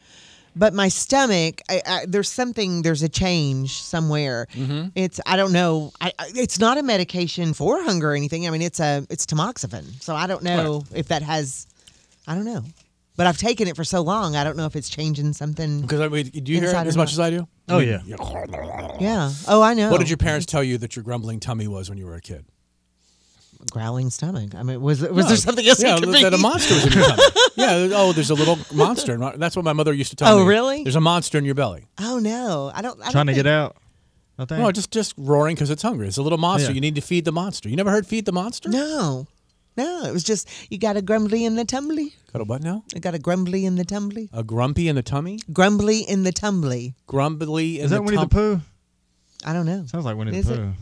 but my stomach. I, I, there's something. There's a change somewhere. Mm-hmm. It's. I don't know. I, I- it's not a medication for hunger or anything. I mean, it's a. It's tamoxifen. So I don't know if that has. I don't know. But I've taken it for so long. I don't know if it's changing something. Because I mean, do you hear it Inside or as much not. as I do? Oh yeah. Yeah. Oh, I know. What did your parents tell you that your grumbling tummy was when you were a kid? growling stomach? I mean, was was there something else? Yeah, it could that be? a monster was in your tummy. yeah. Oh, there's a little monster. in my- That's what my mother used to tell Oh, me. really? There's a monster in your belly. Oh no, I don't. I Trying to don't get think- out. I think. No, just just roaring because it's hungry. It's a little monster. Yeah. You need to feed the monster. You never heard feed the monster? No, no. It was just you got a grumbly in the tumbly. Got a what now? I got a grumbly in the tumbly. A grumpy in the tummy? Grumbly in the tumbly. Grumbly in Is the that Winnie the tum- Pooh? I don't know. Sounds like Winnie Is the it? Pooh.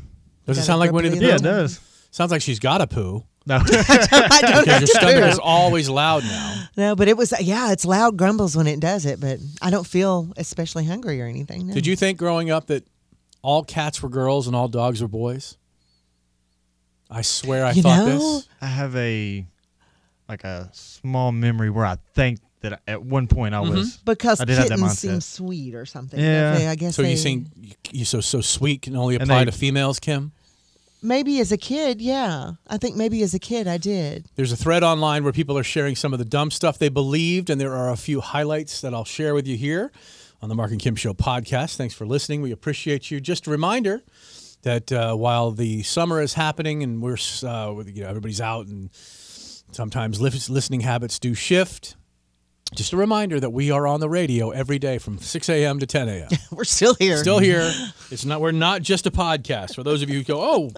Does it Got a sound like Winnie grumpy the in Pooh? the Yeah, it tummy. does. Sounds like she's got a poo. No. I don't know. Because your stomach too. is always loud now. No, but it was yeah, it's loud grumbles when it does it, but I don't feel especially hungry or anything. no. Did you think growing up that all cats were girls and all dogs were boys? I swear I You thought know? this. I have a like a small memory where I think that at one point I was Because I did have that kittens mindset. seem sweet or something. Yeah. They- I guess. So they, you think you so so sweet can only And apply they- to females, Kim? Maybe as a kid, yeah. I think maybe as a kid I did. There's a thread online where people are sharing some of the dumb stuff they believed, and there are a few highlights that I'll share with you here on the Mark and Kim Show podcast. Thanks for listening. We appreciate you. Just a reminder that uh, while the summer is happening and we're uh, with- you know everybody's out and sometimes lis- listening habits do shift. Just a reminder that we are on the radio every day from 6 a.m. to 10 a.m. We're still here. Still here. It's not. We're not just a podcast. For those of you who go, oh,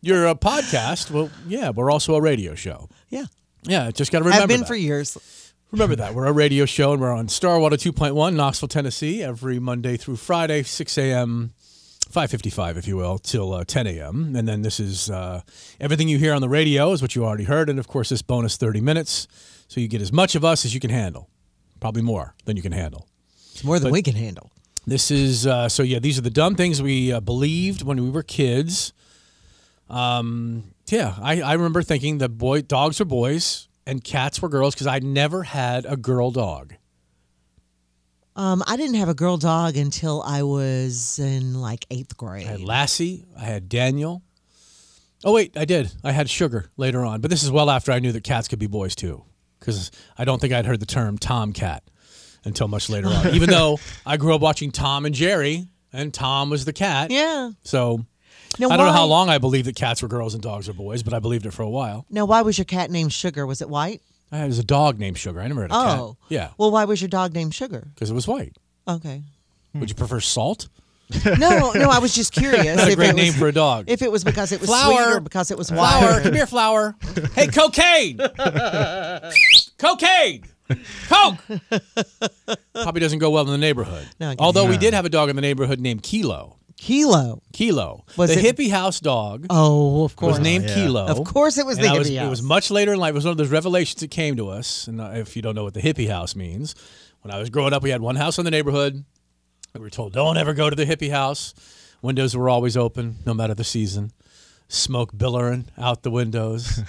you're a podcast. Well, yeah, we're also a radio show. Yeah. Yeah, just got to remember. I've been that. for years. Remember that. We're a radio show and we're on Starwater 2.1, Knoxville, Tennessee, every Monday through Friday, 6 a.m., 5.55, if you will, till uh, 10 a.m. And then this is uh, everything you hear on the radio is what you already heard. And of course, this bonus 30 minutes. So you get as much of us as you can handle, probably more than you can handle. It's more than we can handle. This is uh, so yeah. These are the dumb things we uh, believed when we were kids. Um, yeah, I, I remember thinking that boy dogs were boys and cats were girls because I never had a girl dog. Um, I didn't have a girl dog until I was in like eighth grade. I had Lassie. I had Daniel. Oh wait, I did. I had Sugar later on, but this is well after I knew that cats could be boys too, because I don't think I'd heard the term tomcat until much later on. Even though I grew up watching Tom and Jerry, and Tom was the cat. yeah. So Now, I don't know how why- long I believed that cats were girls and dogs are boys, but I believed it for a while. Now, why was your cat named Sugar? Was it white? I was a dog named Sugar. I never had a Oh. cat. Yeah, Well, why was your dog named Sugar? because it was white. Okay. hmm. Would you prefer salt? No, no, I was just curious Not a if great it name was, for a dog. if it was because it was Flower. sweet or because it was flower, come white. here, flower. Hey, cocaine, cocaine, coke. Probably doesn't go well in the neighborhood. No, I guess Although we did have a dog in the neighborhood named Kilo. Kilo. Kilo, Was the it- hippie house dog, Oh, of course. was named yeah. Kilo. Of course, it was And the I was- hippie It was house. much later in life. It was one of those revelations that came to us. And uh, if you don't know what the hippie house means, when I was growing up, we had one house in the neighborhood. We were told, don't ever go to the hippie house. Windows were always open, no matter the season. Smoke billowing out the windows.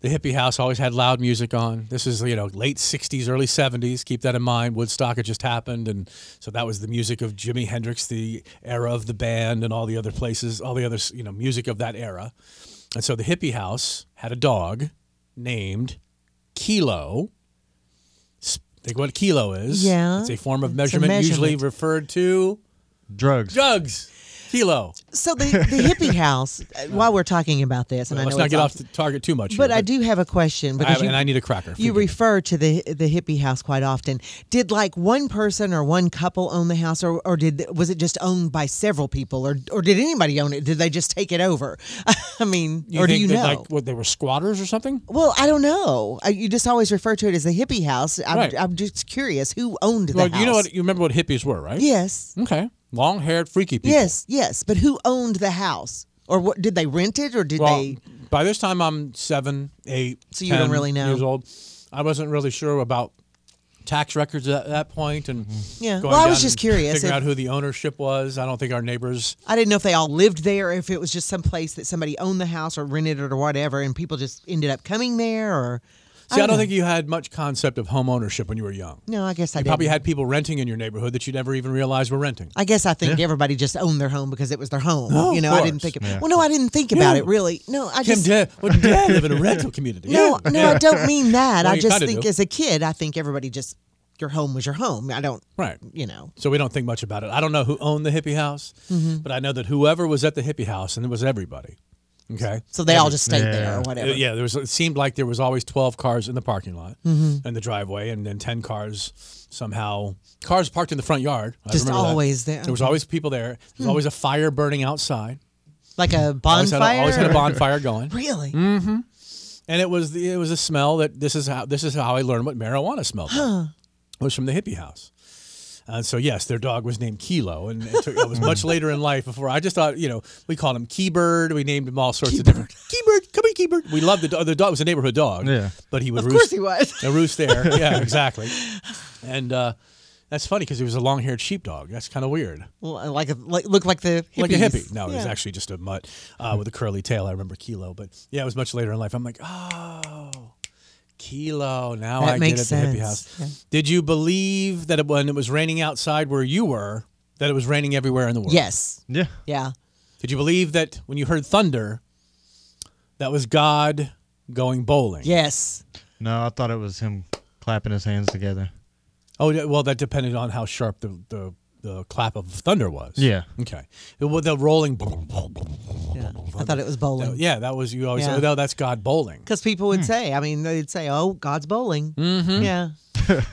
the hippie house always had loud music on. This is, you know, late 60s, early 70s. Keep that in mind. Woodstock had just happened. And so that was the music of Jimi Hendrix, the era of the band, and all the other places, all the other, you know, music of that era. And so the hippie house had a dog named Kilo. S- Think what kilo is. Yeah. It's a form of It's a measurement, usually measurement. referred to Drugs. drugs. Kilo. So the, the hippie house, uh, while we're talking about this, and I Let's know not it's get off- off the target too much. but here, I do have a question I, because you, and I need a cracker. you Forgive me. refer to the the hippie house quite often. Did like one person or one couple own the house, or or did was it just owned by several people, or or did anybody own it? Did they just take it over? I mean, You or do think you that, know? Like, what, they were squatters or something? well, I don't know. I, you just always refer to it as the hippie house. I'm, Right. I'm just curious who owned the Well, house. you know what? You remember what hippies were, right? Yes, Okay. Long haired, freaky people. yes, yes. But who owned the house, or what? Did they rent it, or did Well, they? by this time I'm seven, eight, So you don't 10 really know. years old. I wasn't really sure about tax records at that point, and going Yeah. Mm-hmm. Well, I was down just and curious figuring if- out who the ownership was. I don't think our neighbors. I didn't know if they all lived there, or if it was just some place that somebody owned the house or rented it or whatever, and people just ended up coming there. Or See, I don't, know. think you had much concept of home ownership when you were young. No, I guess I You did. probably had people renting in your neighborhood that you never even realized were renting. I guess I think everybody just owned their home because it was their home. No, you Oh, of know, I didn't course. think. Well, no, I didn't think about it really. No, I Kim, just. dad, well, dad live in a rental community. No, Yeah. no, I don't mean that. Well, I you just kinda think do. as a kid, I think everybody just your home was your home. I don't, Right. you know. So we don't think much about it. I don't know who owned the hippie house, Mm-hmm. but I know that whoever was at the hippie house, and it was everybody. Okay. So they all just stayed there or Yeah. whatever. Uh, Yeah, there was. It seemed like there was always twelve cars in the parking lot Mm-hmm. and the driveway, and then ten cars somehow cars parked in the front yard. I Just remember that. always there. Hmm. There was always people there. There was always a fire burning outside. Like a Always had, bonfire. a, always had a Mm-hmm. or- bonfire going, Really? and it was the, it was a smell that this is how this is how I learned what marijuana smelled. like. It was from the hippie house. And so yes, their dog was named Kilo, and it, took, it was much later in life before I just thought you know we called him Keybird. We named him all sorts of different Keybird. Come here, Keybird. We loved the dog. The dog was a neighborhood dog. Yeah. but he would Of roost, course he was. a roost there. Yeah, exactly. And uh, that's funny because he was a long-haired sheepdog. That's kind of weird, Well, uh, like a like, looked like the hippies. like a hippie. No, he was Yeah. Mm-hmm. actually just a mutt uh, with a curly tail. I remember Kilo, but yeah, it was much later in life. I'm like, oh, Kilo. Now That I makes get it. The hippie sense. house. Did you believe that it, when it was raining outside where you were, that it was raining everywhere in the world? Yes. Yeah. Yeah. Did you believe that when you heard thunder, that was God going bowling? Yes. No, I thought it was him clapping his hands together. Oh, yeah, well, that depended on how sharp the, the, the clap of thunder was. Yeah. Okay. It, wa- the rolling. Yeah. I thought it was bowling. Yeah, Hmm. that was, you always Yeah. say, no, that's God bowling. Because people would say, I mean, they'd say, oh, God's bowling. Mhm. Yeah.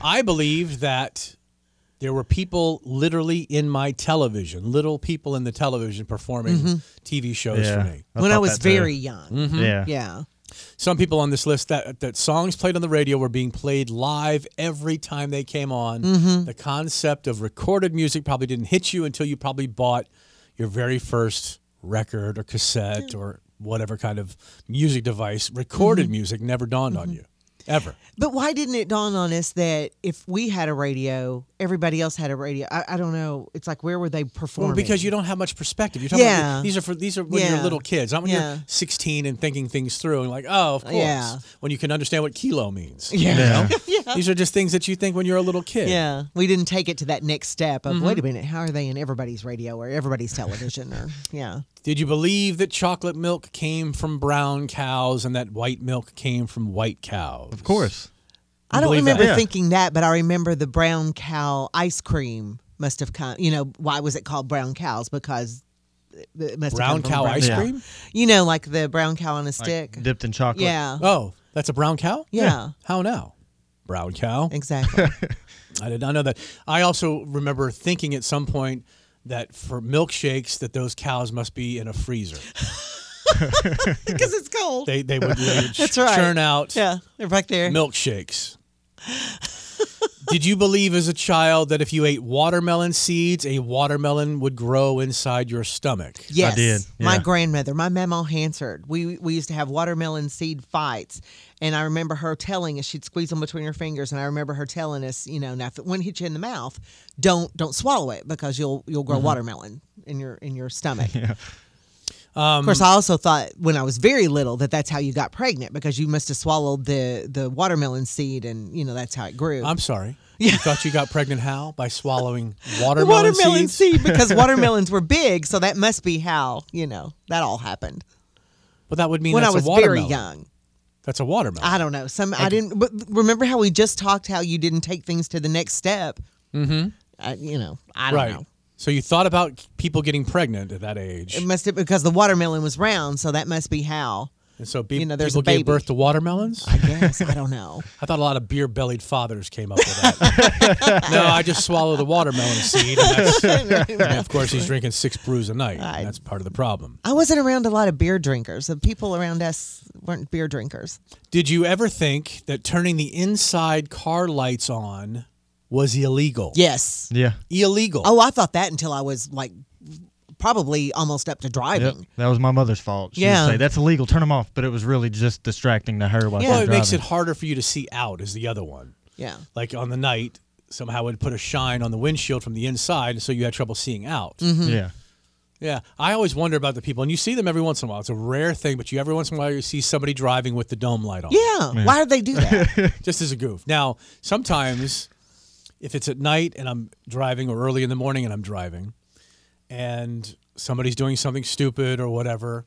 I believe that there were people literally in my television, little people in the television performing Mhm. TV shows Yeah. for me. I when I thought was that too. very young. Mhm. Yeah. Yeah. Some people on this list that that songs played on the radio were being played live every time they came on. Mhm. The concept of recorded music probably didn't hit you until you probably bought your very first record or cassette or whatever kind of music device. Recorded music never dawned on you ever. But why didn't it dawn on us that if we had a radio, everybody else had a radio? I, I don't know. It's like, where were they performing? Well, because you don't have much perspective. You're talking Yeah. about, these are for these are when you're Yeah. little kids, not when Yeah. you're 16 and thinking things through and like, oh, of course, Yeah. when you can understand what kilo means. Yeah. Yeah. yeah. These are just things that you think when you're a little kid. Yeah. We didn't take it to that next step of, wait a Mm-hmm. minute, how are they in everybody's radio or everybody's television? or Yeah. Did you believe that chocolate milk came from brown cows and that white milk came from white cows? Of course. I don't believe that? remember Yeah. thinking that, but I remember the brown cow ice cream must have come. You know, why was it called brown cows? Because it must Brown have come from cow brown- ice Yeah. cream? You know, like the brown cow on a Like, stick. dipped in chocolate. yeah. Oh, that's a brown cow? Yeah. How now? Brown cow. Exactly. I did not know that. I also remember thinking at some point that for milkshakes that those cows must be in a freezer. Because it's cold. They they would, they would That's right. churn out yeah. They're back there. milkshakes. Did you believe as a child that if you ate watermelon seeds, a watermelon would grow inside your stomach? Yes, did, my yeah. grandmother, my mama Hansard. We we used to have watermelon seed fights, and I remember her telling us she'd squeeze them between her fingers, and I remember her telling us, you know, now if it wouldn't hit you in the mouth, don't don't swallow it because you'll you'll grow watermelon in your in your stomach. of course, I also thought when I was very little that that's how you got pregnant because you must have swallowed the the watermelon seed, and you know that's how it grew. I'm sorry. You thought you got pregnant how? By swallowing watermelon, watermelon seeds? seed because watermelons were big, so that must be how you know that all happened. Well, that would mean when I that's was a watermelon. very young. That's a watermelon. I don't know. Some I didn't. But remember how we just talked how you didn't take things to the next step. Mm-hmm. I, you know, I don't right. know. So you thought about people getting pregnant at that age. It must have because the watermelon was round, so that must be how. and so be- you know, there's people a gave baby. birth to watermelons? I guess I don't know. I thought a lot of beer bellied fathers came up with that. no, I just swallow the watermelon seed. And, that's, and of course, he's drinking six brews a night. I- and that's part of the problem. I wasn't around a lot of beer drinkers. The people around us weren't beer drinkers. Did you ever think that turning the inside car lights on was illegal? Yes. Yeah. Illegal. Oh, I thought that until I was like probably almost up to Yep. driving. That was my mother's fault. She Yeah. would say, that's illegal. Turn them off. But it was really just distracting to her while Yeah. she Well, was it makes it driving. harder for you to see out, is the other one. Yeah. Like on the night, somehow would put a shine on the windshield from the inside, so you had trouble seeing out. Mm-hmm. Yeah. Yeah. I always wonder about the people, and you see them every once in a while. It's a rare thing, but you every once in a while you see somebody driving with the dome light on. Yeah. Why did they do that? just as a goof. Now, sometimes if it's at night and I'm driving or early in the morning and I'm driving and somebody's doing something stupid or whatever,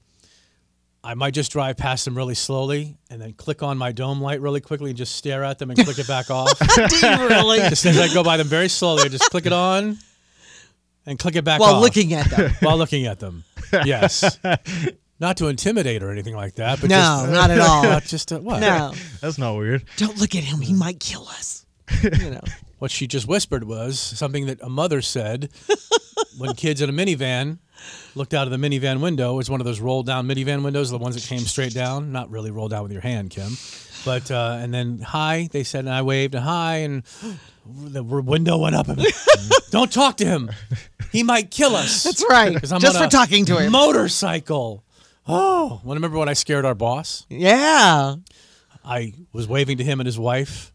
I might just drive past them really slowly and then click on my dome light really quickly and just stare at them and click it back off. do you really? just as I go by them very slowly, I just click it on and click it back While off looking at them. while looking at them. Yes. Not to intimidate or anything like that, but No, just, not at all. Not just to, what? No. That's not weird. Don't look at him. He might kill us. You know. What she just whispered was something that a mother said when kids in a minivan looked out of the minivan window. It was one of those roll down minivan windows, the ones that came straight down, not really roll down with your hand, Kim. But, uh, and then hi, they said, and I waved, and hi, and the r- window went up. And, Don't talk to him. He might kill us. That's right. 'Cause I'm Just on for a talking to him. Motorcycle. Oh, want to remember when I scared our boss? Yeah. I was waving to him and his wife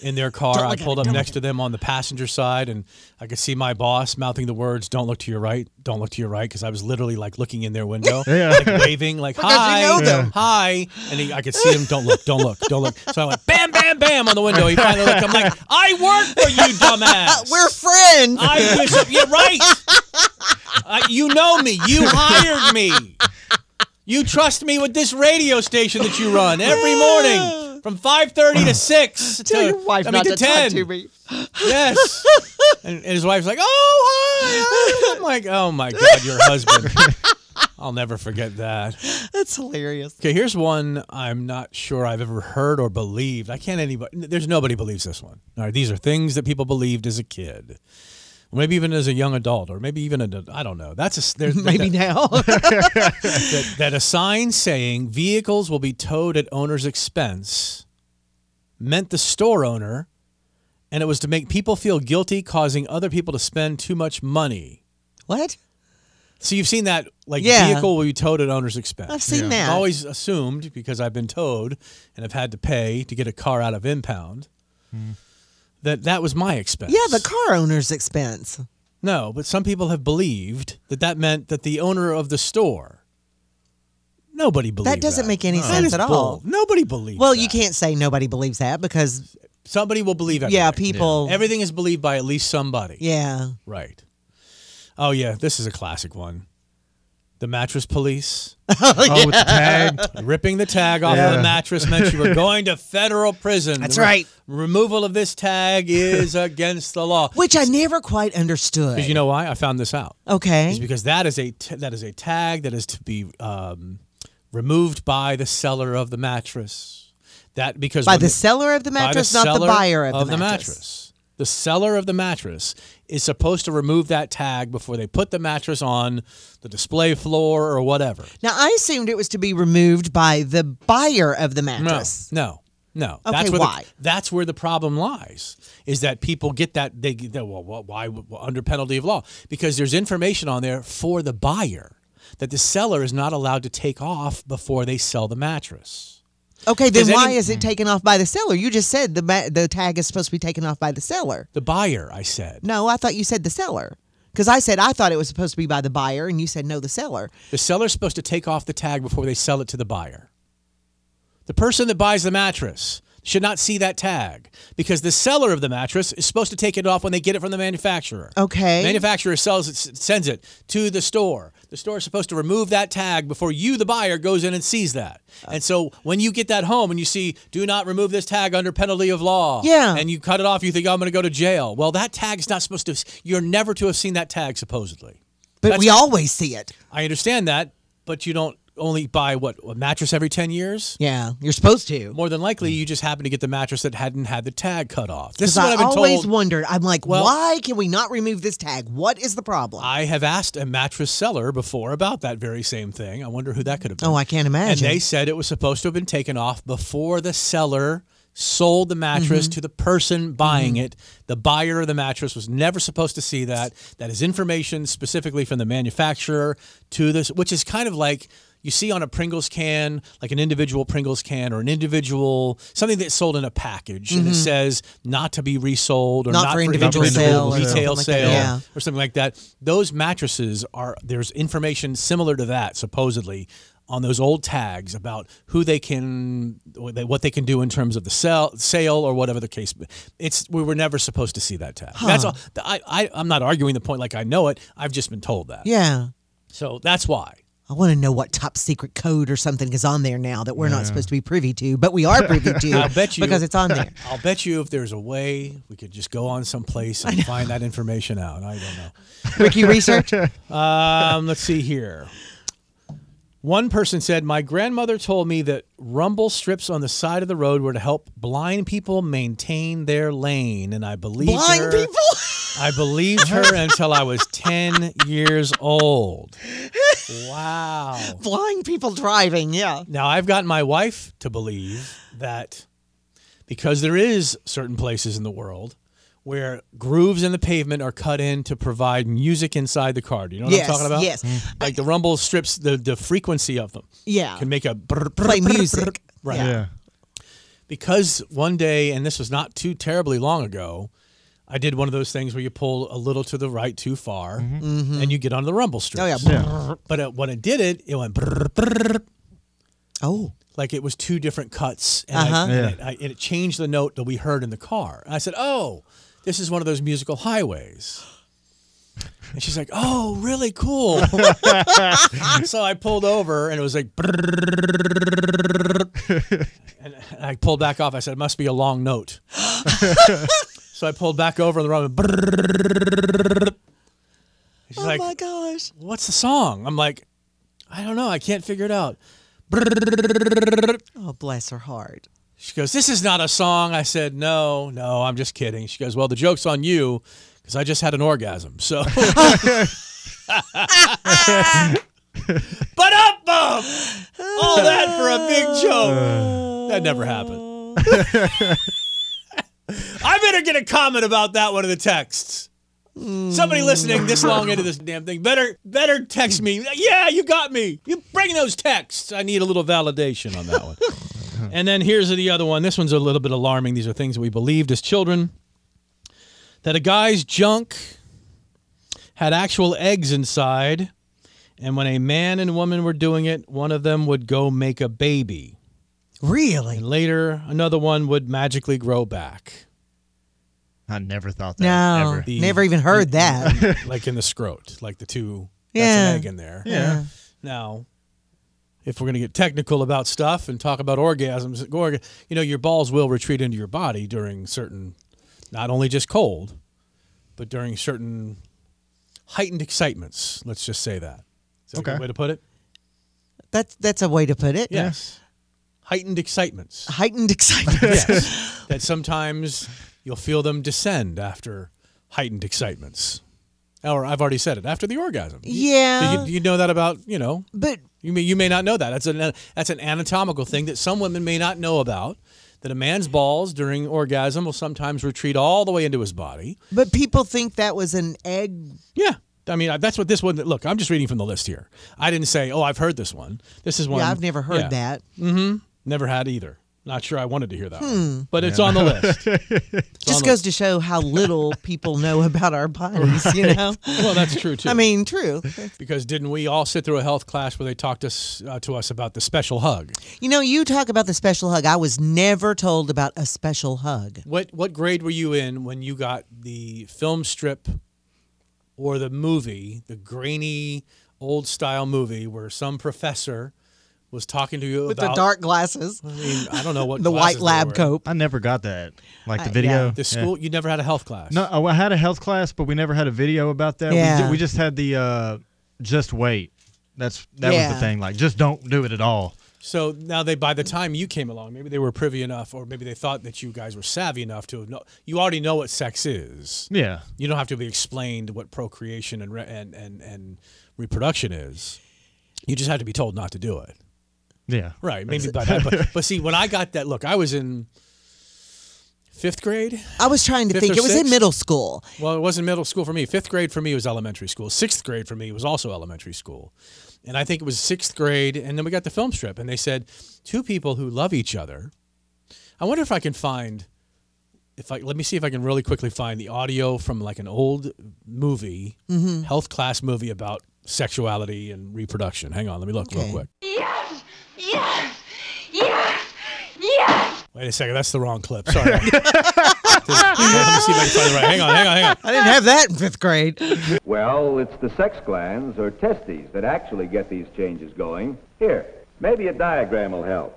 in their car. I pulled up next to them on the passenger side, and I could see my boss mouthing the words "Don't look to your right, don't look to your right," because I was literally like looking in their window, Yeah. like waving, like you "Hi, know them. hi," and he, I could see him. Don't look, don't look, don't look. So I went bam, bam, bam on the window. He finally looked. I'm like, "I work for you, dumbass." We're friends. I wish. Yeah, right. I, you know me. You hired me. You trust me with this radio station that you run every morning from 5:30 to 6 to Tell your wife I mean, not to to 10. talk to me. Yes. And, and his wife's like, "Oh, hi." I'm like, "Oh my god, your husband." I'll never forget that. That's hilarious. Okay, here's one I'm not sure I've ever heard or believed. I can't anybody. There's nobody believes this one. All right, these are things that people believed as a kid, maybe even as a young adult, or maybe even an I don't know. That's a s- there's Maybe that, now. that, that a sign saying vehicles will be towed at owner's expense meant the store owner, and it was to make people feel guilty, causing other people to spend too much money. What? So you've seen that like Yeah. vehicle will be towed at owner's expense. I've seen Yeah. that. I've always assumed because I've been towed and have had to pay to get a car out of impound that that was my expense. Yeah, the car owner's expense. No, but some people have believed that that meant that the owner of the store. Nobody believes That doesn't make any That sense is at all. bull. Nobody believes. Well, you can't say nobody believes that because somebody will believe everything. Yeah, people. Everything is believed by at least somebody. Yeah. Right. Oh yeah, this is a classic one. The mattress police. Oh, yeah. with the tag. Ripping the tag off of Yeah. the mattress meant you were going to federal prison. That's The re- right. removal of this tag is against the law. Which I never quite understood. Because you know why? I found this out. Okay. Is because that is a t- that is a tag that is to be um, removed by the seller of the mattress. That because By when the seller of the by mattress, not the seller buyer of the mattress. mattress. The seller of the mattress is supposed to remove that tag before they put the mattress on the display floor or whatever. Now I assumed it was to be removed by the buyer of the mattress. No, no. Okay, that's where why? The, that's where the problem lies. Is that people get that they get that, well, wh- why well, under penalty of law? Because there's information on there for the buyer that the seller is not allowed to take off before they sell the mattress. Okay, then Does why any- is it taken off by the seller? You just said the ma- the tag is supposed to be taken off by the seller. The buyer, I said. No, I thought you said the seller. Because I said I thought it was supposed to be by the buyer, and you said no, the seller. The seller's supposed to take off the tag before they sell it to the buyer. The person that buys the mattress should not see that tag because the seller of the mattress is supposed to take it off when they get it from the manufacturer. Okay. Manufacturer sells it, sends it to the store. The store is supposed to remove that tag before you, the buyer, goes in and sees that. Uh. And so when you get that home and you see, do not remove this tag under penalty of law. Yeah. And you cut it off, you think, I'm going to go to jail. Well, that tag's not supposed to, you're never to have seen that tag, supposedly. But That's- we always see it. I understand that, but you don't only buy what a mattress every 10 years? Yeah, you're supposed to. More than likely you just happen to get the mattress that hadn't had the tag cut off. This is 'Cause what Mm. I I've been always told. wondered. I'm like, Well- why can we not remove this tag? What is the problem? I have asked a mattress seller before about that very same thing. I wonder who that could have been. Oh, I can't and imagine. they said it was supposed to have been taken off before the seller sold the mattress Mm-hmm. to the person buying it. The buyer of the mattress was never supposed to see that. That is information specifically from the manufacturer to this, which is kind of like you see on a Pringles can, like an individual Pringles can or an individual something that's sold in a package, and it Mhm. says not to be resold or Not not, for individual sale or retail something like that. sale Yeah. or something like that. Those mattresses are there's information similar to that supposedly on those old tags about who they can what they- what they can do in terms of the sell, sale or whatever the case. It's we were never supposed to see that tag. That's Huh. all. I, I I'm not arguing the point like I know it. I've just been told that. yeah. So that's why. I want to know what top secret code or something is on there now that we're Yeah. not supposed to be privy to, but we are privy to I'll bet you because it's on there. I'll bet you if there's a way we could just go on someplace and find that information out. I don't know. Wiki research? Um, let's see here. One person said, My grandmother told me that rumble strips on the side of the road were to help blind people maintain their lane. And I believed Blind her. people? I believed her until I was 10 years old. Wow. Blind people driving, yeah. Now, I've gotten my wife to believe that because there is certain places in the world where grooves in the pavement are cut in to provide music inside the car. Do you know what Yes, I'm talking about? yes. Mm. Like the rumble strips the, the frequency of them. Yeah. Can make a brr, brr, Play brr, brr. music. Right. Yeah. Yeah. Because one day, and this was not too terribly long ago, I did one of those things where you pull a little to the right too far, Mhm. and you get onto the rumble strips. Oh, yeah. But uh when it did it, it went. brr, brr. Oh. Like it was two different cuts, and, Uh-huh. I, and Yeah. it, I, and it changed the note that we heard in the car. And I said, "Oh, this is one of those musical highways." And she's like, "Oh, really cool." so I pulled over, and it was like, and I pulled back off. I said, "It must be a long note." so I pulled back over in the room. And she's like, Oh my gosh. "What's the song?" I'm like, "I don't know. I can't figure it out." Oh, bless her heart. She goes, This is not a song. I said, No, no, I'm just kidding. She goes, Well, the joke's on you because I just had an orgasm. So. but up, bum! All that for a big joke. That never happened. I better get a comment about that one in the texts. Somebody listening this long into this damn thing better better text me. Yeah, you got me. You bring those texts. I need a little validation on that one. And then here's the other one. This one's a little bit alarming. These are things that we believed as children that a guy's junk had actual eggs inside. And when a man and woman were doing it, one of them would go make a baby. Really? And later, another one would magically grow back. I never thought that. No, Ever. The- never even heard that. like in the scrot, like the two. Yeah. That's an egg in there. Yeah. Now, if we're going to get technical about stuff and talk about orgasms, orga- you know, your balls will retreat into your body during certain, not only just cold, but during certain heightened excitements. Let's just say that. Is that a Okay. good way to put it? That's that's a way to put it. Yes. Heightened excitements. Heightened excitement. yes. That sometimes you'll feel them descend after heightened excitements. Or I've already said it after the orgasm. You- Yeah. You, you know that about, you know, But you may you may not know that. That's an that's an anatomical thing that some women may not know about. That a man's balls during orgasm will sometimes retreat all the way into his body. but people think that was an egg. Yeah. I mean, I- that's what this one. Look, I'm just reading from the list here. I didn't say, "Oh, I've heard this one." This is one yeah, I've never heard yeah, that. Never had either. Not sure I wanted to hear that, Hmm. one, but it's on the list. Just goes to show how little people know about our bodies, you know? well, that's true too. I mean, true. because didn't we all sit through a health class where they talked us uh, to us about the special hug? You know, you talk about the special hug. I was never told about a special hug. What what grade were you in when you got the film strip or the movie, the grainy old style movie where some professor was talking to you With about the dark glasses, I, mean, I don't know what the glasses they white were lab in. coat. I never got that. Like the I- video. yeah. The Yeah. school you never had a health class. No, oh, I had a health class, but we never had a video about that. We, Yeah. ju- we just had the uh, just wait. That's that was Yeah. the thing. Like just don't do it at all. So now they by the time you came along, maybe they were privy enough or maybe they thought that you guys were savvy enough to know you already know what sex is. Yeah. You don't have to be explained what procreation and re- and and, and reproduction is. You just have to be told not to do it. Yeah. Right, maybe by that. But, but see, when I got that, look, I was in fifth grade. I was trying to Fifth think. or It was in sixth? middle school. Well, it wasn't middle school for me. Fifth grade for me was elementary school. Sixth grade for me was also elementary school. And I think it was sixth grade. And then we got the film strip, and they said, two people who love each other. I wonder if I can find. If I, let me see if I can really quickly find the audio from like an old movie, health class movie about sexuality and reproduction. Hang on, let me look real Okay. quick. Yes! Yes! Yes! Yes! Wait a second, that's the wrong clip. Sorry. Let me see if I can find the right. Hang on, hang on, hang on. I didn't have that in fifth grade. Well, it's the sex glands or testes that actually get these changes going. Here, maybe a diagram will help.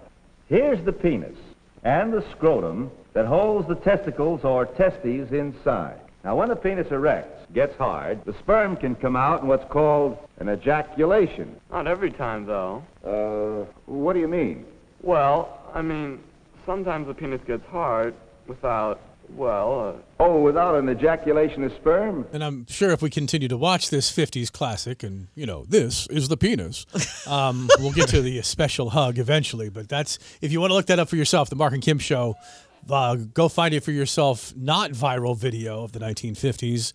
Here's the penis and the scrotum that holds the testicles or testes inside. Now, when the penis erects, gets hard, the sperm can come out in what's called an ejaculation. Not every time, though. Uh, what do you mean? Well, I mean, sometimes the penis gets hard without, well, Oh, without an ejaculation of sperm? And I'm sure if we continue to watch this 50s classic, and you know, this is the penis, um, we'll get to the special hug eventually. But that's, if you want to look that up for yourself, the Mark and Kim show, uh, go find it for yourself. Not viral video of the 1950s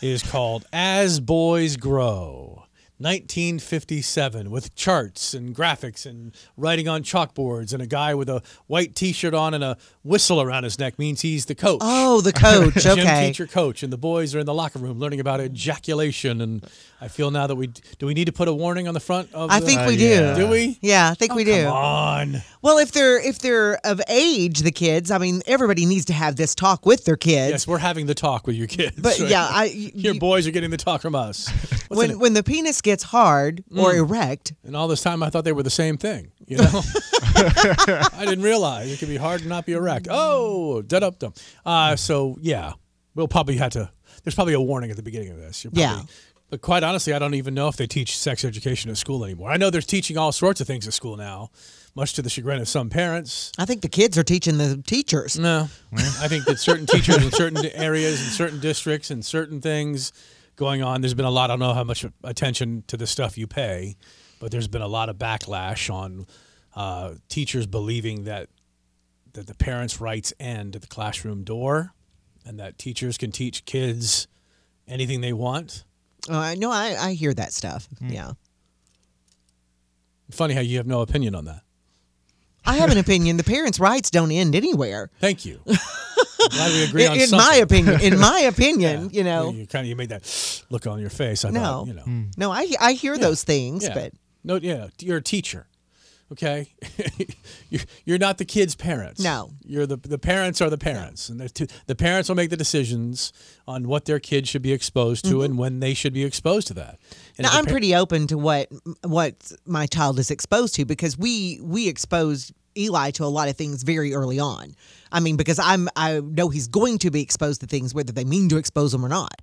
is called As Boys Grow. 1957 with charts and graphics and writing on chalkboards and a guy with a white T-shirt on and a whistle around his neck means he's the coach. Oh, the coach. Gym Okay. teacher coach, and the boys are in the locker room learning about ejaculation. And I feel now that we do we need to put a warning on the front of. I the- think we do. Do we? Uh, Yeah, I think we do. Uh, Oh, Come on. Well, if they're if they're of age, the kids. I mean, everybody needs to have this talk with their kids. Yes, we're having the talk with your kids. But, yeah, I- your boys are getting the talk from us. What's in when it? when the penis gets hard or Mm. erect, and all this time, I thought they were the same thing. You know, I didn't realize it could be hard to not be erect. Oh, da up dum. Uh, so yeah, we'll probably have to. There's probably a warning at the beginning of this. You're probably, Yeah. But quite honestly, I don't even know if they teach sex education at school anymore. I know they're teaching all sorts of things at school now, much to the chagrin of some parents. I think the kids are teaching the teachers. No, I think that certain teachers in certain areas and certain districts and certain things going on. There's been a lot. I don't know how much attention to the stuff you pay, but there's been a lot of backlash on uh, teachers believing that that the parents' rights end at the classroom door, and that teachers can teach kids anything they want. Oh, I no, I I hear that stuff. Mm. Yeah, Funny how you have no opinion on that. I have an opinion. The parents' rights don't end anywhere. Thank you. I'm glad we agree in on in something. my opinion, in my opinion, you know, you kind of you made that look on your face. I no, thought, you know. Mm. no, I I hear those things, Yeah. but no, yeah, you're a teacher. Okay, you're, you're not the kids' parents. No. you're the the parents are the parents, and they're t- the parents will make the decisions on what their kids should be exposed to Mhm. and when they should be exposed to that. And now, if the I'm par- pretty open to what what my child is exposed to because we we exposed Eli to a lot of things very early on. I mean, because I'm I know he's going to be exposed to things whether they mean to expose him or not.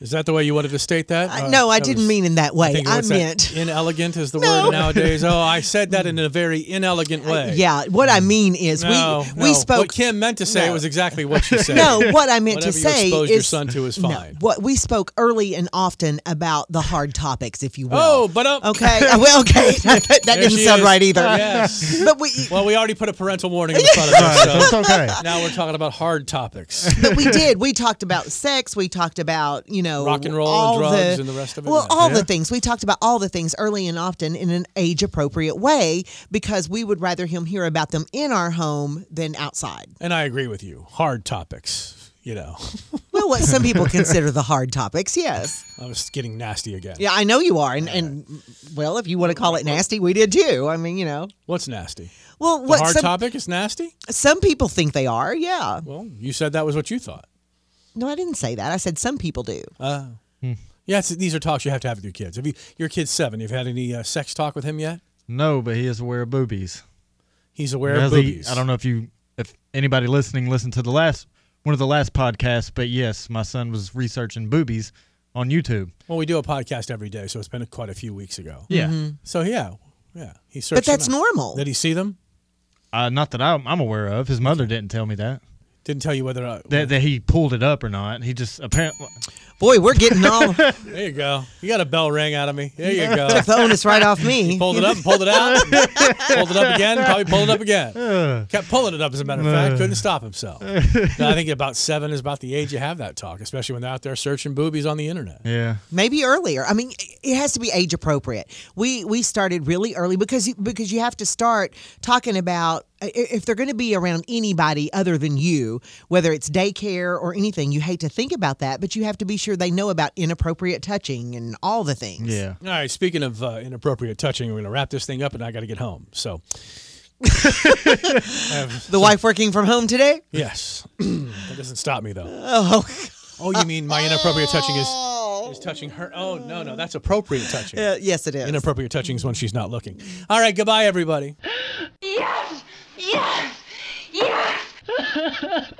Is that the way you wanted to state that? Uh, no, I that didn't was- mean in that I, way. think it I was that meant inelegant is the No. word nowadays. Oh, I said that in a very inelegant way. yeah. What I mean is "Mm, No, we we no. spoke. What Kim meant to say No. was exactly what she said. No, what I meant Whatever to say you exposed is your son to is No, fine. what we spoke early and often about the hard topics, if you will. Oh, but up. okay. Uh, Well, okay, that, that There didn't she sound is. right either. Yes. But we well, we already put a parental warning in front of us. Right, so it's okay. Now we're talking about hard topics. but we did. We talked about sex. We talked about you know Rock and roll and all drugs and the rest of it, Well, yeah. all Yeah. the things we talked about all the things early and often in an age appropriate way because we would rather him hear about them in our home than outside. And I agree with you. Hard topics, you know. Well, what some people consider the hard topics, yes. I was getting nasty again. Yeah, I know you are, and, and well, if you want to call it nasty, we did too. I mean, you know, What's nasty? well, The what hard some, Uh, topic is nasty? some people think they are. Yeah. Well, you said that was what you thought. No, I didn't say that. I said some people do. Uh, Yeah, it's, these are talks you have to have with your kids. Have you, your kid's seven. You've had any uh, sex talk with him yet? No, but he is aware of boobies. He's aware of As he- boobies. I don't know if you, if anybody listening listened to the last one of the last podcasts, but yes, my son was researching boobies on YouTube. Well, we do a podcast every day, so it's been quite a few weeks ago. Yeah. Mhm. So yeah, yeah. He But searched them that's out. normal. Did he see them? Uh, not that I'm, I'm aware of. His mother didn't tell me that. Didn't tell you whether or not. That, that he pulled it up or not. He just apparently. Boy, we're getting all. There you go. You got a bell ring out of me. There you go. Took the onus right off me. Pulled it up and pulled it out. and pulled it up again. Probably pulled it up again. Kept pulling it up, as a matter of fact. Couldn't stop himself. No, I think about seven is about the age you have that talk, especially when they're out there searching boobies on the internet. Yeah. Maybe earlier. I mean, it has to be age appropriate. We we started really early because you, because you have to start talking about i- if they're going to be around anybody other than you, whether it's daycare or anything. You hate to think about that, but you have to be sure they know about inappropriate touching and all the things. Yeah. All right. Speaking of uh, inappropriate touching, we're going to wrap this thing up, and I got to get home. So, The wife working from home today. yes, that doesn't stop me though. Oh, Oh, you mean my inappropriate touching is is touching her? Oh no, no, that's appropriate touching. Uh, yes, it is. Inappropriate touching is when she's not looking. All right, goodbye, everybody. Yes! Yes! Yes!